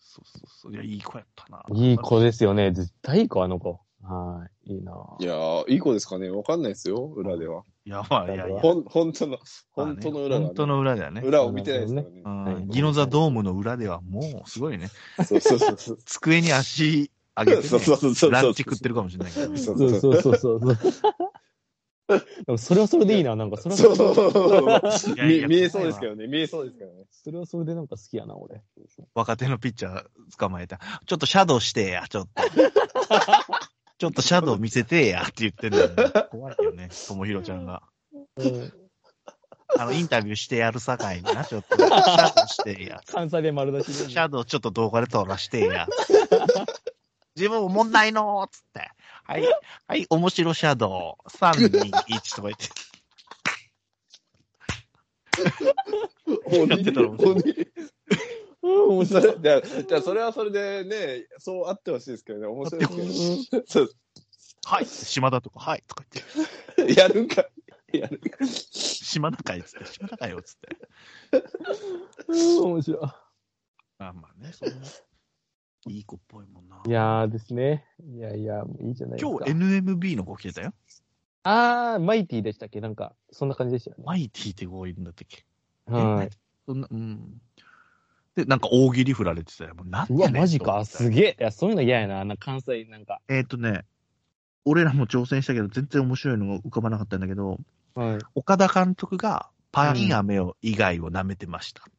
そうそうそう。いや、いい子やったな。
ん いい子ですよね。絶対いい子、あの子。はい。いいな。
いやー、いい子ですかねわかんないですよ、裏では。
いや、まあ、いやいや。
ほん、本当の、本当の裏はね
本当の裏だよね。
裏を見てないですからね
う。
はい
ん。ギノザドームの裏ではもう、すごいね。
そうそうそうそう。
机に足上げて、
そうそうそうそ
ね、
う
ランチ食ってるかもしれないけどね。
そう
そうそうそうそう。もそれはそれでいいな、なんか、それは
そう
れ
そうそうそう
いやい
見
や
見えそうですけどね、見えそうですけどね。
それはそれでなんか好きやな、俺。
若手のピッチャー捕まえた。ちょっとシャドウしてや、ちょっ と。ちょっとシャドウ見せてやって言ってるのに怖いよね、ともひろちゃんが。あの、インタビューしてやるさかいな、ちょっ と。シャドウしてや。
関西で丸出し
シ
で。
ャドウちょっと動画で撮らしてや。 自分おもんないのーっつって。はい、はい、面白シャドウ。3、2、1とか言って。
鬼
やってたら面白い
鬼
うん、面
そ
白い。
れじゃあじゃあそれはそれでね、そうあってほしいですけどね、面白いですけど、そう
はい、島田とか、はい、とか言って。
やるんか、やるんか。
島田かいっつって、島田かよ、つって。
うん面白い。
まあまあね、そんな。いい子っぽいもんな。
いやーですね。いやいや、いいじゃないですか。
今日 NMB の子来てたよ。
あー、マイティでしたっけなんか、そんな感じでしたよね。
マイティって子いるんだったっけ
はい。
そんな、うん。で、なんか大喜利振られてたよ。もうなん
う
や
わ、
ねん
マジ
と思
か。
って
すげえ。いや、そういうの嫌やな。なんか関西、なんか。
えっ、とね、俺らも挑戦したけど、全然面白いのが浮かばなかったんだけど、
はい。
岡田監督がパインアメを以外を舐めてました。
うん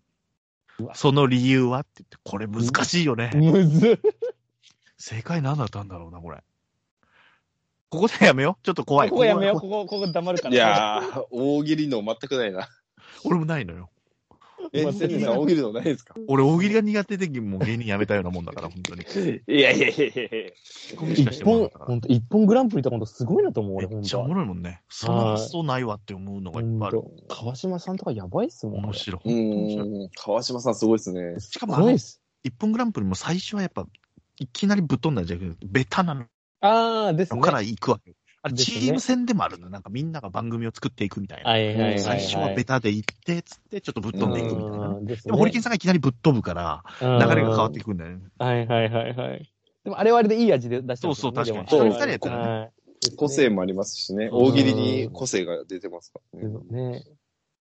うわ
その理由はって言って、これ難しいよね。
むずっ。
正解何だったんだろうな、これ。ここでやめよう。ちょっと怖い。
ここやめよう。
こ
こ
こ
こ、ここ黙るから。
いやー、大喜利の全くないな。
俺もないのよ。
え、
まあ
セリさん大喜利のないですか
俺、大喜利が苦手で、もう芸人辞めたようなもんだから、本当に。
いやいやいやいやい
ツッコミしかし
一
てもら
本
う、から
ほんと、一本グランプリとかほんとすごいなと思う、俺、
め
ほ
っ
ん
ちゃおも
と。
ろいもんね。その発想ないわって思うのがいっぱいある。
ほんと川島さんとかやばいっすもん。
面白い。
や。うん、川島さんすごいですね。
しか
い。
も
す
あ
ごい
の
っ、す。
一本グランプリも最初はやっぱ、いきなりぶっ飛んだんじゃなくて、ベタな
あー、です
の
ね。
から行くわけ。あれ、
です
チ
ね
ーム戦でもあるの。なんかみんなが番組を作っていくみたいな。
はいはいはいはい。
最初はベタで行って、つって、ちょっとぶっ飛んでいくみたいなね。
うんです
で
ね
も、ホリケンさんがいきなりぶっ飛ぶから、流れが変わっていくんだよね。
うんはいはいはいはい。でも、あれはあれでいい味で出してますよね
そうそう確かに
でも
一人二人
やったら
はいですね
個性もありますしね、
うん
大喜利に個性が出てますからね。
ね。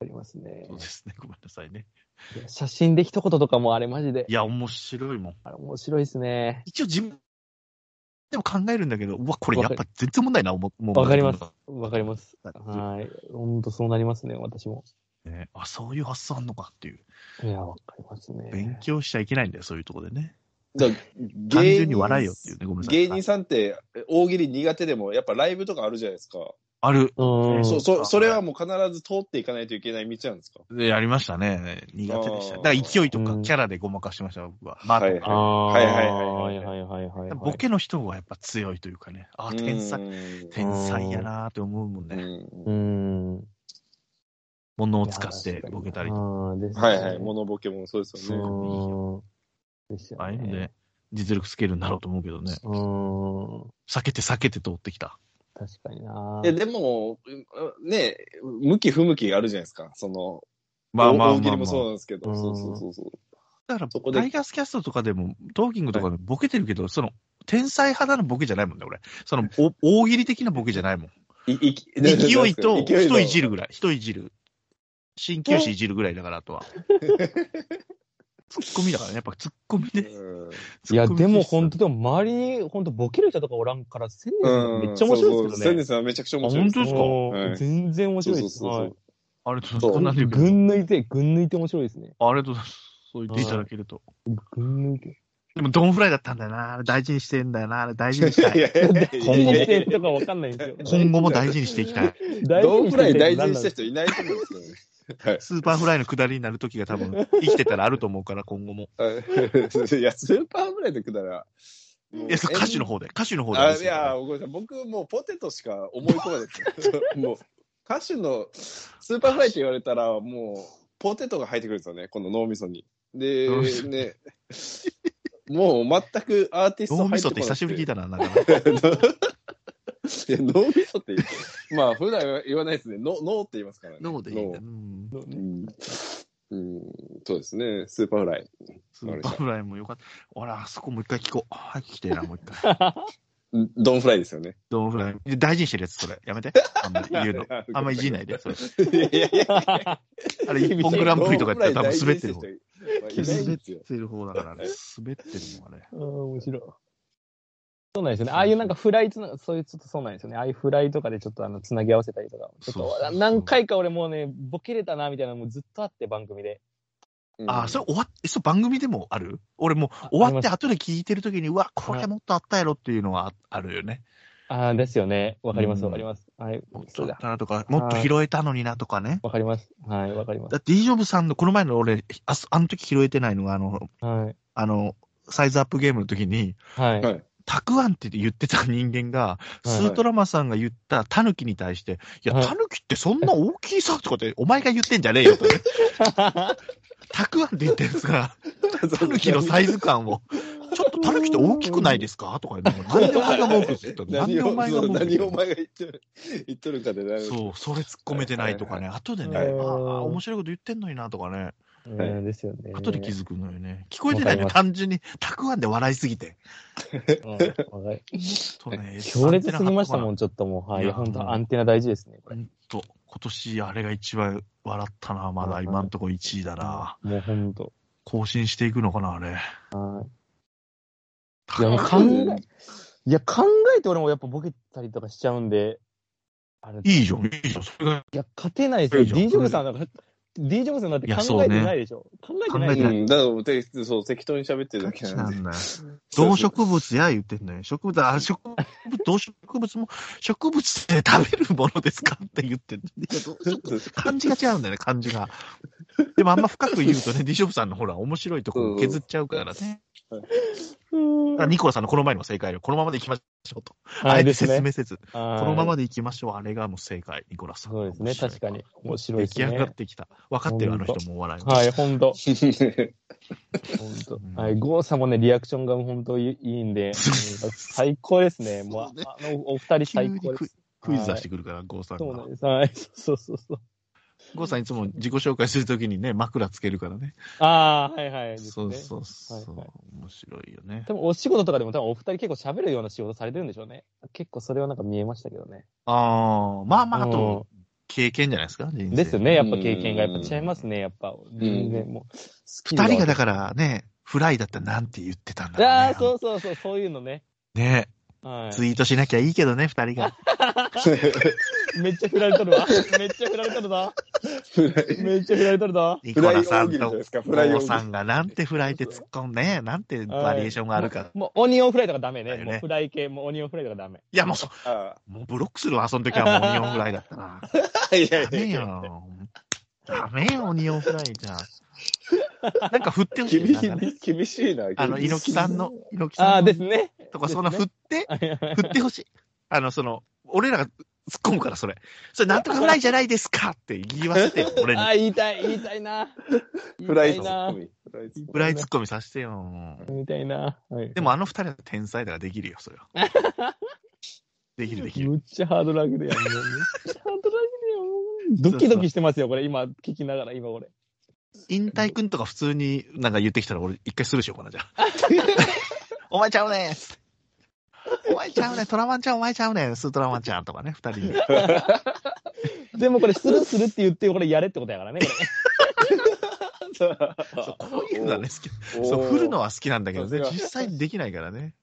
ありますね
そう。ですね。ごめんなさいね。
写真で一言とかもあれマジで
い。や、面白いもん。
あれ面白いですね。
一応自分、でも考えるんだけど、うわ、これやっぱ全然問題ないな、思う。。
わかりますわかります。
は
はい。ほんとそうなりますね、私も。
いねあ、そういう発想あんのかっていう。
いや、わかりますね。
勉強しちゃいけないんだよ、そういうとこでね。
だから
単
芸人
純に笑いよっていうね、ごめんなさい。
芸人さんって大喜利苦手でも、やっぱライブとかあるじゃないですか。
ある、
うん。
そ、
そう
そ、それはもう必ず通っていかないといけない道なんですか
でやりましたね。苦手でした。
あー
だから勢いとか
うん
キャラでごまかしてました、僕は。まあ、
はい
ああ。
はいはい
はいはいはいはい。
ボケの人がやっぱ強いというかね。あ、天才、
才
天才やなーって思うもんね。
うん。
物を使ってボケたりとか。
ああ、ですね
はいはい、モノボケもそうですよね。
うん。ですよね。
ああいうので、実力つけるんだろうと思うけどね。
うん。
避けて避けて通ってきた。
確かにな。
え、でも、うね、向き不向きがあるじゃないですか。その、
まあまあ
大喜
まあ、
利
ま
も
あ。
そうなんですけど。
うん
そうそうそうそう。
だから
そこ、で
タイガースキャストとかでも、トーキングとかでもボケてるけど、その、天才派なボケじゃないもんね、俺。その、お大喜利的なボケじゃないもん。
いい き
勢いと、
勢
人いじるぐらい。人いじる。鍼灸師いじるぐらいだ から、あとは。ツッコミだからね。やっぱツッコミで。
うん
いや、でも本当
当
でも周りに本当ボケる人とかおらんから、千年さんめっちゃ面白いですけ
セ
ど
ン
ね。
さんはめちゃくちゃ面
あ、
白い
本
で
当で
す。
すか
おー
はい
全然面白いです。
そうそうそうそう
あれと、
そう
こんなんで言うけど
群抜いて、群抜いて面白いですね。
ありがとうございます。そう言っていただけると。
群抜いて。
でも、ドンフライだったんだよな。あれ大事にしてんだよな。あれ大事にした
い
い。
やいやいや
今後も
してるとかわかんないんですよ。
今後も大事にしていき たい。
大事
ドン
に
フライ
る
大事にした人いないと思うんですけどね。
スーパーフライの下りになる時が多分、生きてたらあると思うから、今後も。
はいい や、スーパーフライでくだら。
いや、そう歌手の方で、歌手の方で。
あいや、ごめんなさい。僕、もうポテトしか思い込まないです。もう、歌手のスーパーフライって言われたら、もう、ポテトが入ってくるんですよね、この脳みそに。で
脳みそ、
ね、もう全くアーティスト
脳みそって久しぶりに聞いたな、なんかね。
いや脳みそって言う。まあ、普段は言わないですね。脳脳って言いますからね。
脳でいいんだ。うん
うんうん、そうですね、スーパーフライ。
スーパーフライもよかった。俺、あそこもう一回聞こう。はい、聞きてえな、もう一回。
ドンフライですよね。
ドンフライ。で大事にしてるやつ、それ。やめて。あんまり言う の。あんまりいじんないで、それ。
いやいや
あれ、一本グランプリとかやったら多分滑ってる方。
いない
滑
ん
っ
ですよ。
てる方だから、あれ滑ってるの、あれ。
うん面白い。そうなんですよね。ああいうなんかフライつな、そういうちょっとそうなんですよね。ああいうフライとかでちょっとあの、つなぎ合わせたりとか。ちょっ
そうそうそ
と
う
何回か俺もうね、ボケれたな、みたいなのもずっとあって、番組で。
ああ、それ終わっ、えそれ番組でもある俺もう終わって後で聞いてるときに、うわ、これもっとあったやろっていうのはああるよね。
ああ、ですよね。わかりま
う
す、
ん
わかります。はい
もっ。
そ
と
う
だっ
だ。
たなとか、もっと拾えたのになとかね。
わかります。はい、わかります。
だって、イージョブさんの、この前の俺、ああの時拾えてないのが、あの、
はい。
あの、サイズアップゲームの時に、
はい。
はい
たくあんって言ってた人間が、
はい
スートラマさんが言ったタヌキに対して、いや、
はい
タヌキってそんな大きいさとかって、お前が言ってんじゃねえ よとね。たくあんって言ってるんですが、タヌキのサイズ感を、ちょっとタヌキって大きくないですかとか言って、なんでお前が文句つったのなん
何
で
を
お前が
そう
文句
何
言
を
っ
お前が言ってる言っとるかでな
たの
う
そう、それ突っ込めてないとかね、後でね、あ
はい
あ、面白いこと言ってんのになとかね、
うんですよね。
後で気づくのよね。聞こえてないのよ
わか
単純に、たくあんで笑いすぎて。
うんわかる
そうね
強烈すぎましたも
ん。
ん、ちょっともう。はいい。
や
本当アンテナ大事ですね、これ。
ほんと、今年あれが一番笑ったな、まだ今んとこ1位だな。
もう本当。
更新していくのかな、あ
い
れ。
や、もう考
うん
え、いや、考えて俺もやっぱボケたりとかしちゃうんで、あれ、い
いいじゃん、いいじゃん。それが
や、勝てないですよ。
いい
D
じ
ジ
ゃん
ョブさんなんか、D ジョブさんだって
いや
考えてないでしょ。考えてないでしょ。
んだからてそう適当に喋ってるだけなんで
だよ。
そう
動植物や言ってんのよ。植物、あ、植物、動植物も、植物で食べるものですかって言ってんのいやどうちょっと感じが違うんだよね、感じが。でもあんま深く言 うとね、ディショブさんのほら、面白いとこ削っちゃうからね。だからニコラさんのこの前の正解よ。このままでいきましょうと。あ
は
え
い
て
です
説
ね。
明せず。
こ
このまま
で。
でいきましょう。あれがもう正解、ニコラさん。
そうですね、確かに。面白い
出
です
来上がっ
ね。
てきた。分かってる、あの人もお笑いも。
はい、本当
う
本
ん
当はい、ゴーさんもね、リアクションが本当いいん で、うん最高ですね。もう、
そうね
あの、お二人
急
最
に
高
ク
で
イ
す。
クイズ出してくるから、ゴーさん
そうな
が
ん。です。はい、そうそうそう。
ゴーさんいつも自己紹介するときにね、枕つけるからね。
ああ、はいはい。ですね
そうそうそう、
はいは
面白いよね。
多分お仕事とかでも多分お二人結構喋るような仕事されてるんでしょうね。結構それはなんか見えましたけどね。
ああ、まあまあ、あと、
う
経験じゃないですか、人
ん
生。
ですよね。やっぱ経験がやっぱ違いますね。やっぱ。全然もう。
二人がだ
ら。
からね、フライだったらなんて言ってたんだろう、ね。
ああ、そうそうそう、そういうのね。
ね、
は
ツイートしなきゃいいけどね、二人が。
い。めっちゃ振られとるわ。めっちゃ振られとるぞ。
フライ
めっちゃ振られとるぞ。
ニコラさん
フライ大喜利じ
と、
ゃない
ゴ
ですかフライ大喜利
ーさんがなんてフライって突っ込んで、ね、なんてバリエーションがあるか。い、
もうオニオンフライとかダメね。
だよね
もうフライ系、もうオニオンフライとかダメ。
や、もうそ、
あ
もうブロックするわ、その時はもうオニオンフライだったら。
あいや
ダメよ。ダメよ、オニオンフライじゃ。なんか振ってほしい
厳
な。
し
なんかね
い厳しいな
あの、猪木さんの、猪木
あ
さ
あ、
ん
で
の
す ね。
とか、
です
そ
ね
んな振って、振ってほしい。あの、その、俺らが突っ込むから、それ。それ、なんとかフライじゃないですかって言い忘れ てよ、俺に
あ。あ、言いたい、言いたいな。
フライツ
言いたい
ッコ
な。
ミフライツッコミ
フライ突っ込みさせてよ。
言いたいな。はい
でも、あの二人は天才だからできるよ、それは。 できる、できる。
むっちゃハードル上げるやん。もうむっちゃハードル上げるやん。ドキドキしてますよ、これ。今、聞きながら、今、俺。
引退くんとか普通になんか言ってきたら、俺一回スルーしようかな、 じゃあ。お前ちゃうねんお前ちゃうねんトラマンちゃんお前ちゃうねんスートラマンちゃんとかね、二人に。
でも、これ、スルーするって言って、これ、やれってことやから ね、こ
そうこういうのはね、好き。
おー
そう、振るのは好きなんだけどね
さ、すが
実際にできないからね。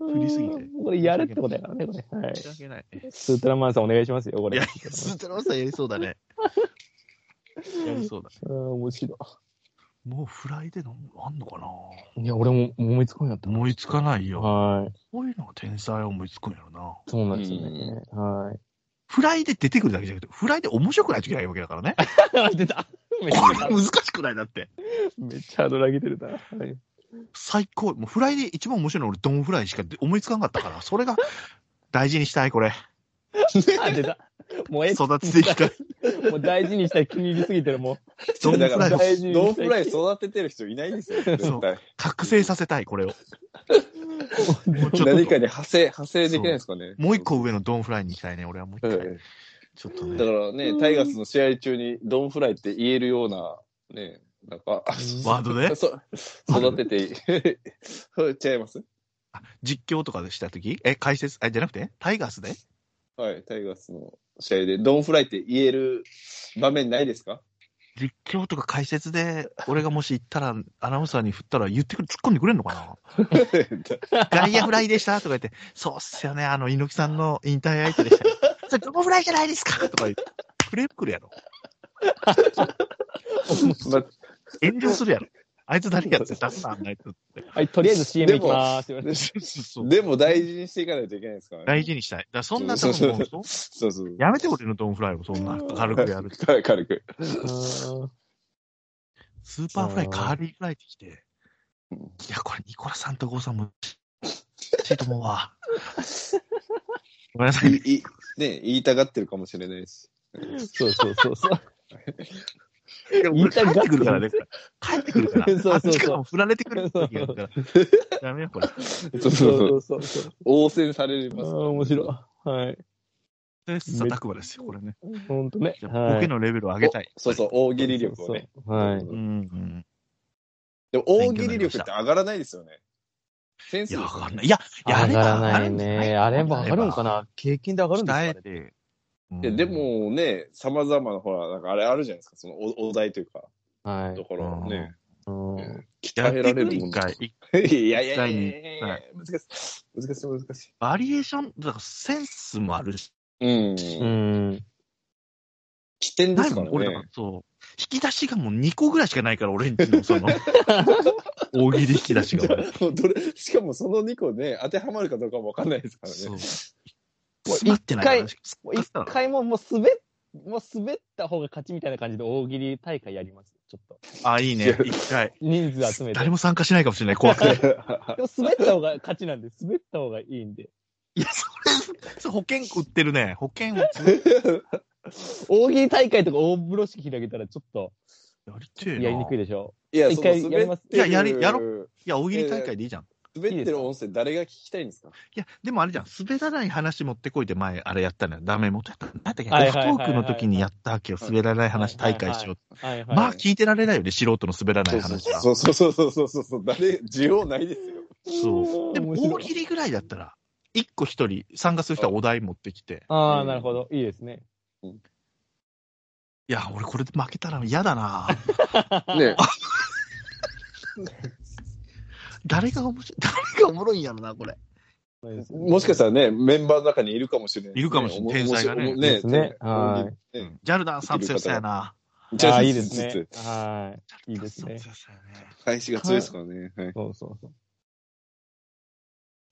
れ。
振りすぎて
うんこれ、やれってことやからね、これ。はい。
申し訳ない。
スートラマンさん、お願いしますよ、こ
い
れ。
やいや、スートラマンさんやりそうだ ね。やりそうだね。
うん、面白。
もうフライでのあんのかない
いや、俺も、思いつかんやった。
思いつかないよ。
はい。
こういうのが天才は思いつくんやろな。
そうなんですよね。はい。
フライで出てくるだけじゃなくて、フライで面白くないといけないわけだからね。
出た。めっちゃ
これ難しくないだって。
めっちゃハードル上げてるな。はい
最高。もうフライで一番面白いの俺、ドンフライしか思いつかなかったから、それが大事にしたい、これ。
あ、出た。もう、え、
育ててい きたい。
もう大事にしたい、気に入りすぎてる、も
ドンフ
だか
ラ
ら
イを
大事
う
に
ノーフライ育ててる人いないですよ絶対
覚醒させたい、 これを。
う。
もうちょっと
何かに派生派生できないですかね
もう一個上のドンフライに行きたいね、俺はもう一
はい
回。ちょっとね。
だからね、タイガースの試合中にドンフライって言えるような、ね、なんか、
ワードで
そ育てて いい。そう違います
あ実況とかでしたときえ、解説、え、じゃなくてタイガースで
はい、タイガースの試合でドンフライって言える場面ないですか
実況とか解説で、俺がもし行ったら、アナウンサーに振ったら言ってくる、突っ込んでくれんのか な外野フライでしたとか言って、そうっすよね、あの、猪木さんの引退相手でしたよ。 それ、どこフライじゃないですかとか言って、クレープくるやろ。
ま
炎上するやろ。あいつ何やって出すな、あんなやつって。
はい、とりあえず CM
で
行
も
きます。言われて
そうそう
でも大事にしていかないといけないですからね。
大事にしたい。だからそんなと
そう
こ
そう
もそう、
そうそう。
やめて俺のドンフライをそんな軽くやる。
軽く軽く。
スーパーフライ、カーリーフライってきて、い
うん
や、これニコラさんとゴーさんも、しいと思うわ。ごめんなさい。
いいね、言いたがってるかもしれないし。
そうそうそうそう。
言いたい帰ってくるからね。帰ってくるから。
そうそうそう
あっちからも振られてくる時があるから。ダメよ、これ。
そうそうそう。
そうそう。
応戦され
あ
ますから
あ、面白い。はい。
で、さたくばですよ、これね。
ほんとね。
じゃあボケのレベルを上げたい。。
おそうそう、大喜利力をね。。
はいう
ん。
でも大喜利力って上がらないですよね。セン
い
スで
や、
す
わか
よ
ん
ね。
ない。いや、や
上
れ
が
ば
らないね。あれば上がるんか
な
な経験で上がるんですか
鍛え
ね
て。
でで、もね、さまざまな、ほら、なんかあれあるじゃないですか、そのおお題というか、
はい
と。ころをね。
うん
鍛えられる
鍛えられるも
一
んだ
回。一
いやいやいやいやいや
は
難しい。難しい、難しい。
バリエーション、だからセンスもあるし、
う
う
ん。
ん。
起点で
ない
すか
もん
ら、
俺だから
ね。
そう。引き出しがもう2個ぐらいしかないから、俺んちのその、大喜利引き出 しが。
も うどれしかもその2個ね、当てはまるかどうかもわかんないですから
そう。
ね。
詰
もう
まってない
一
話。
もう
詰
一
まってた
回ももう滑っ、もう滑った方が勝ちみたいな感じで大喜利大会やります。ちょっと。
なあ、いいね。一 回。
人数集めて。
誰
でも
も参加しないかもしれない。怖く て。
滑った方が勝ちなんで、滑った方がいいんで。
いや、それ、それ保険売ってるね。保険をや
大喜利大会とか大風呂敷開けたらちょっと
りてえな
やりにくいでしょ。
いや、
一
そ
回
の
やります
滑ってる
いややりやろいや、大喜利大会でいいじゃん。
滑ってる音声誰が聞きたいんですか
いや、でもあれじゃん。滑らない話持ってこいで前、あれやったのよ。ダメ元やったの。なんだっけ、オ
はい
フ
は
ト
いはいはい
ークの時にやったわけよ。滑らない話大会しよう。
はいはい。
まあ、聞いてられないよね。素人の滑らない話は。
そうそうそうそうそうそうそう。誰、需要ないですよ。
そう。でも、
面白い
大喜利ぐらいだったら、一個一人参加する人はお題持ってきて、
ああ、なるほど。いいですね。
いや、俺これで負けたら嫌だな
ね。
誰が面白い、 誰がおもろいんやろな、これ。
もしかしたらね、メンバーの中にいるかもしれない。
いるかもしれない天才がね
おも
で
ね
すねは
うんジャルダンさん強そうやな。
たら。ああ、い
い
い
い
で
ですす
ね
ね。。
はい。いいですね
ジャルダンさん強そうやね。
返しが強いですからね。はい。
そうそうそう。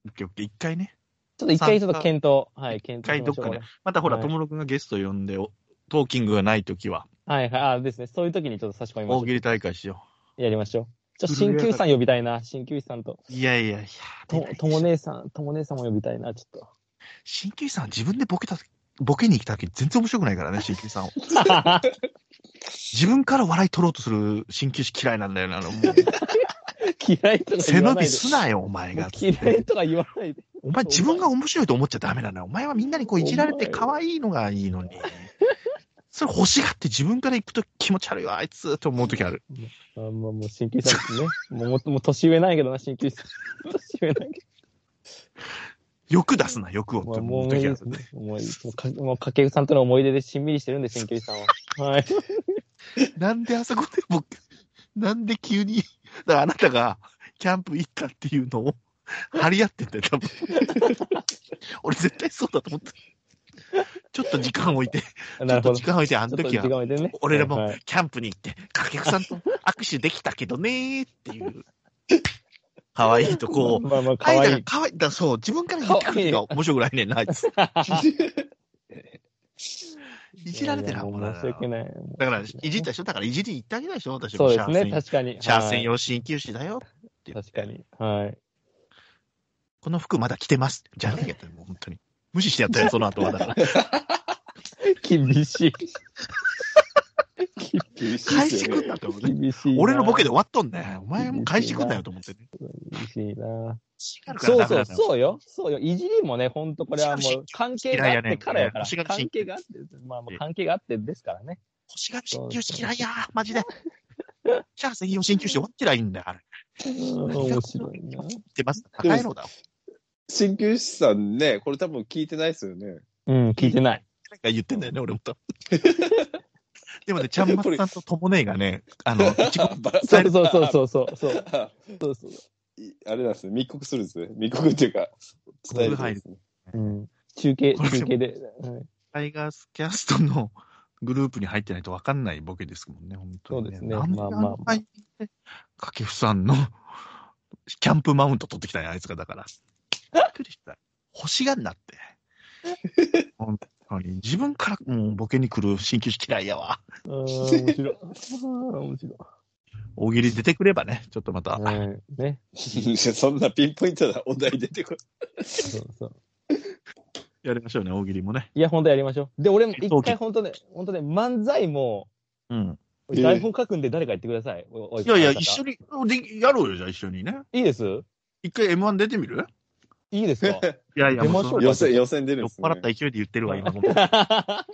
オッケーオッケー、一回ね。
ちょっと一回ちょっと検討。はい、検
一
討し
回ど
まし
っ
ょう。
かで。またほら、
はい
ともろくんがゲスト呼んで、おトーキングがないときは、
はいはい。ああ、ですね。そういう時にちょっと差し込みましょ
大喜利大会しよ
う。やりましょう。ちょっと鍼灸師さん呼びたいな。鍼灸師さん と。
う。いやいやいや。
と、とも姉さん、とも姉さんも呼びたいな、ちょっ
新規さん自分でボケた、ボケに来た時全然面白くないからね、新規さ んを。
と。
自分から笑い取ろうとする新旧師嫌いなんだよな、あ のもう
嫌いとか
背
言わない
伸び
で。
すなよ、お前が。
嫌いとか言わないで。
お前自分が面白いと思っちゃダメなのよ。お前はみんなにこういじられて可愛いのがい いのに。それ欲しがって自分から行くと気持ち悪いわ、あいつと思う時ある。
あもう、もう、鍼灸師さんですね。も う、もっともう年上ないけどな、鍼灸師さん。年上ないけ
欲出すな、欲をっ
ど。ま
て
あ、もう
思う
思い
時
出
あ
で
る
す。ね。思い出もうか、もう、かけぐさんとの思い出でしんみりしてるんで、鍼灸師さん は。はい。
なんであそこで僕、なんで急に、だからあなたがキャンプ行ったっていうのを張り合ってんだよ、 多分。俺絶対そうだと思った。ちょっと時間置いて、 ちょ
なる
っ
ほ
と
ど。
時間置いて、あの時は
ちょっと時間置いてね。
俺らも
はいはい
キャンプに行って、掛布さんと握手できたけどねーっていう、可愛い とこを、
まあまあ、かわ
あ
い
だから
い。
可愛い、だからそう、自分から言ってくるのが面白くないねんな、あいつ。いじられてる
い
な、
やい
お
や
前
申し訳ない。
だから、いじったでしょだから、いじりに行ってあげたでしょ私
そ
も
う
シ
で
ャ
す
ーセ
ね、
ン、
確かに。
シャーセン
はい
用鍼灸師だよって言って
確か。に。はい。
この服まだ着てます。じゃねえよ、もう本当に。無視してやったよ、その後は。だ から、
厳しい。
厳しい
返
で
して
す
く
よ
ん
ね。
だって思うね。
厳しいな。
俺のボケで終わっとんね。お前もう返してくんだよと思ってね。
厳しいな。
違うから
そう
ダメ
そ
な
う、
のよ
そうよ。そうよ。いじりもね、ほんとこれはもう関係があってからやから。
嫌いやね
関係があって、まあまあ関係があってですからね。
星が鍼灸師嫌いやー、マジで。シャア専用鍼灸師終わってりゃいいんだよ、あれ。
面白いな。
言ってます。バカ野郎だ。
鍼灸師さんね、これ多分聞いてないですよね。
うん、聞いてない。
言ってんだよね、俺も。で もね、ちゃんまつさんとともねえがね、あの、一国
ば
そうそうそうそうそうそう。そうそう。
いあれなんですね、密告するんですね。密告っていうか、伝えるんですね。
うん。中継、中継で。はい
タイガースキャストのグループに入ってないと分かんないボケですもんね、本当に、
そうですね
なんで
ま
あ
あまあ
のタイミングで、掛布さんのキャンプマウント取ってきたね、あいつがだから。びっくりした。欲しがんなって。 本当に。自分からもうボケに来る鍼灸師嫌いやわ。
あー 面白い。あー面白い。
大喜利出てくればね、ちょっとまた。
はい。ね。
そんなピンポイントなお題出てこ
そうそう。
やりましょうね、大喜利もね。
いや、本当やりましょう。で、俺も一
そう
回
け
本当ね、本当ね、漫才も、
うん。
ええ
台本書くんで誰か言ってください。おお
いやいや、
方
一緒に、でやろうよ、じゃあ一緒にね。
いいです
一回 M1 出てみる
いいです か
いやいや、
出
も
ま
う
し
そ
ょう
い。
の
予選、予選出る
酔
ん
っ
ですね。
払った勢いで言ってるわ、今。
あ、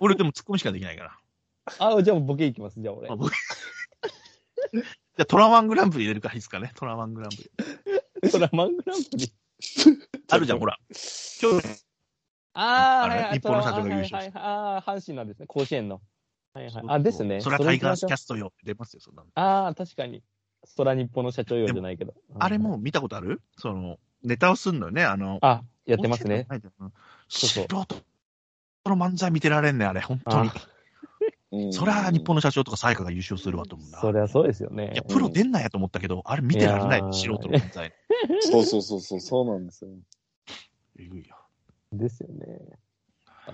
俺でも突っ込みしかできないから。
じゃあボケいきます、じゃあ俺
あ。僕じゃあ、トラワングランプリ入れるからいいですかね。トラワングランプリ。
そら、マングランプ リ。
あるじゃん、ほら。今日、
あ
あ
あ、
れ
はいはい、
日本の作が優勝
はいはいはいああ、阪神なんですね、甲子園の。はいはい。
そう
あ、ですね。
それはタイガースキャ
ス
ストよ。出ますよ、そんなの。
ああ、確かに。空日本の社長用じゃないけど。
あれ。も見たことあるその、ネタをすんのよね。あの、
あ、やってますね。。そうそ
素
う
人の漫才見てられんねあれ、本当に
あ。
うん
そりゃ、日本の社長とか才加が優勝するわと思うんだ。
そりゃそうですよね
いや、。プロ出んないやと思ったけど、あれ見てられない
いや、ー
素人の漫才。
そうそうそうそう、そうなんですよ。
えぐいよ
ですよね。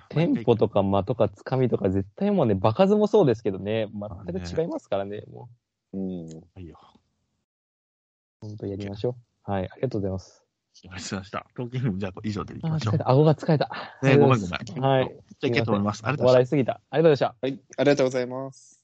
テンポとか間とかつかみとか絶対もうね、場数もそうですけどね、全く違いますからね、も
うん。
いいよ。
う、本当やりましょう。はい、ありがとうございます。
お疲れ様でした。トーキングもじゃあ、以上でいき
あー、
ましょ
疲れ。
う
た。顎が疲れた。
ねご
あ
めん
りがとう
ごめん。
はい
じゃあ、いけると思います。ありがとうござい
ございます。笑い
ました
すぎた。ありがとうございました。
はい、ありがとうございます。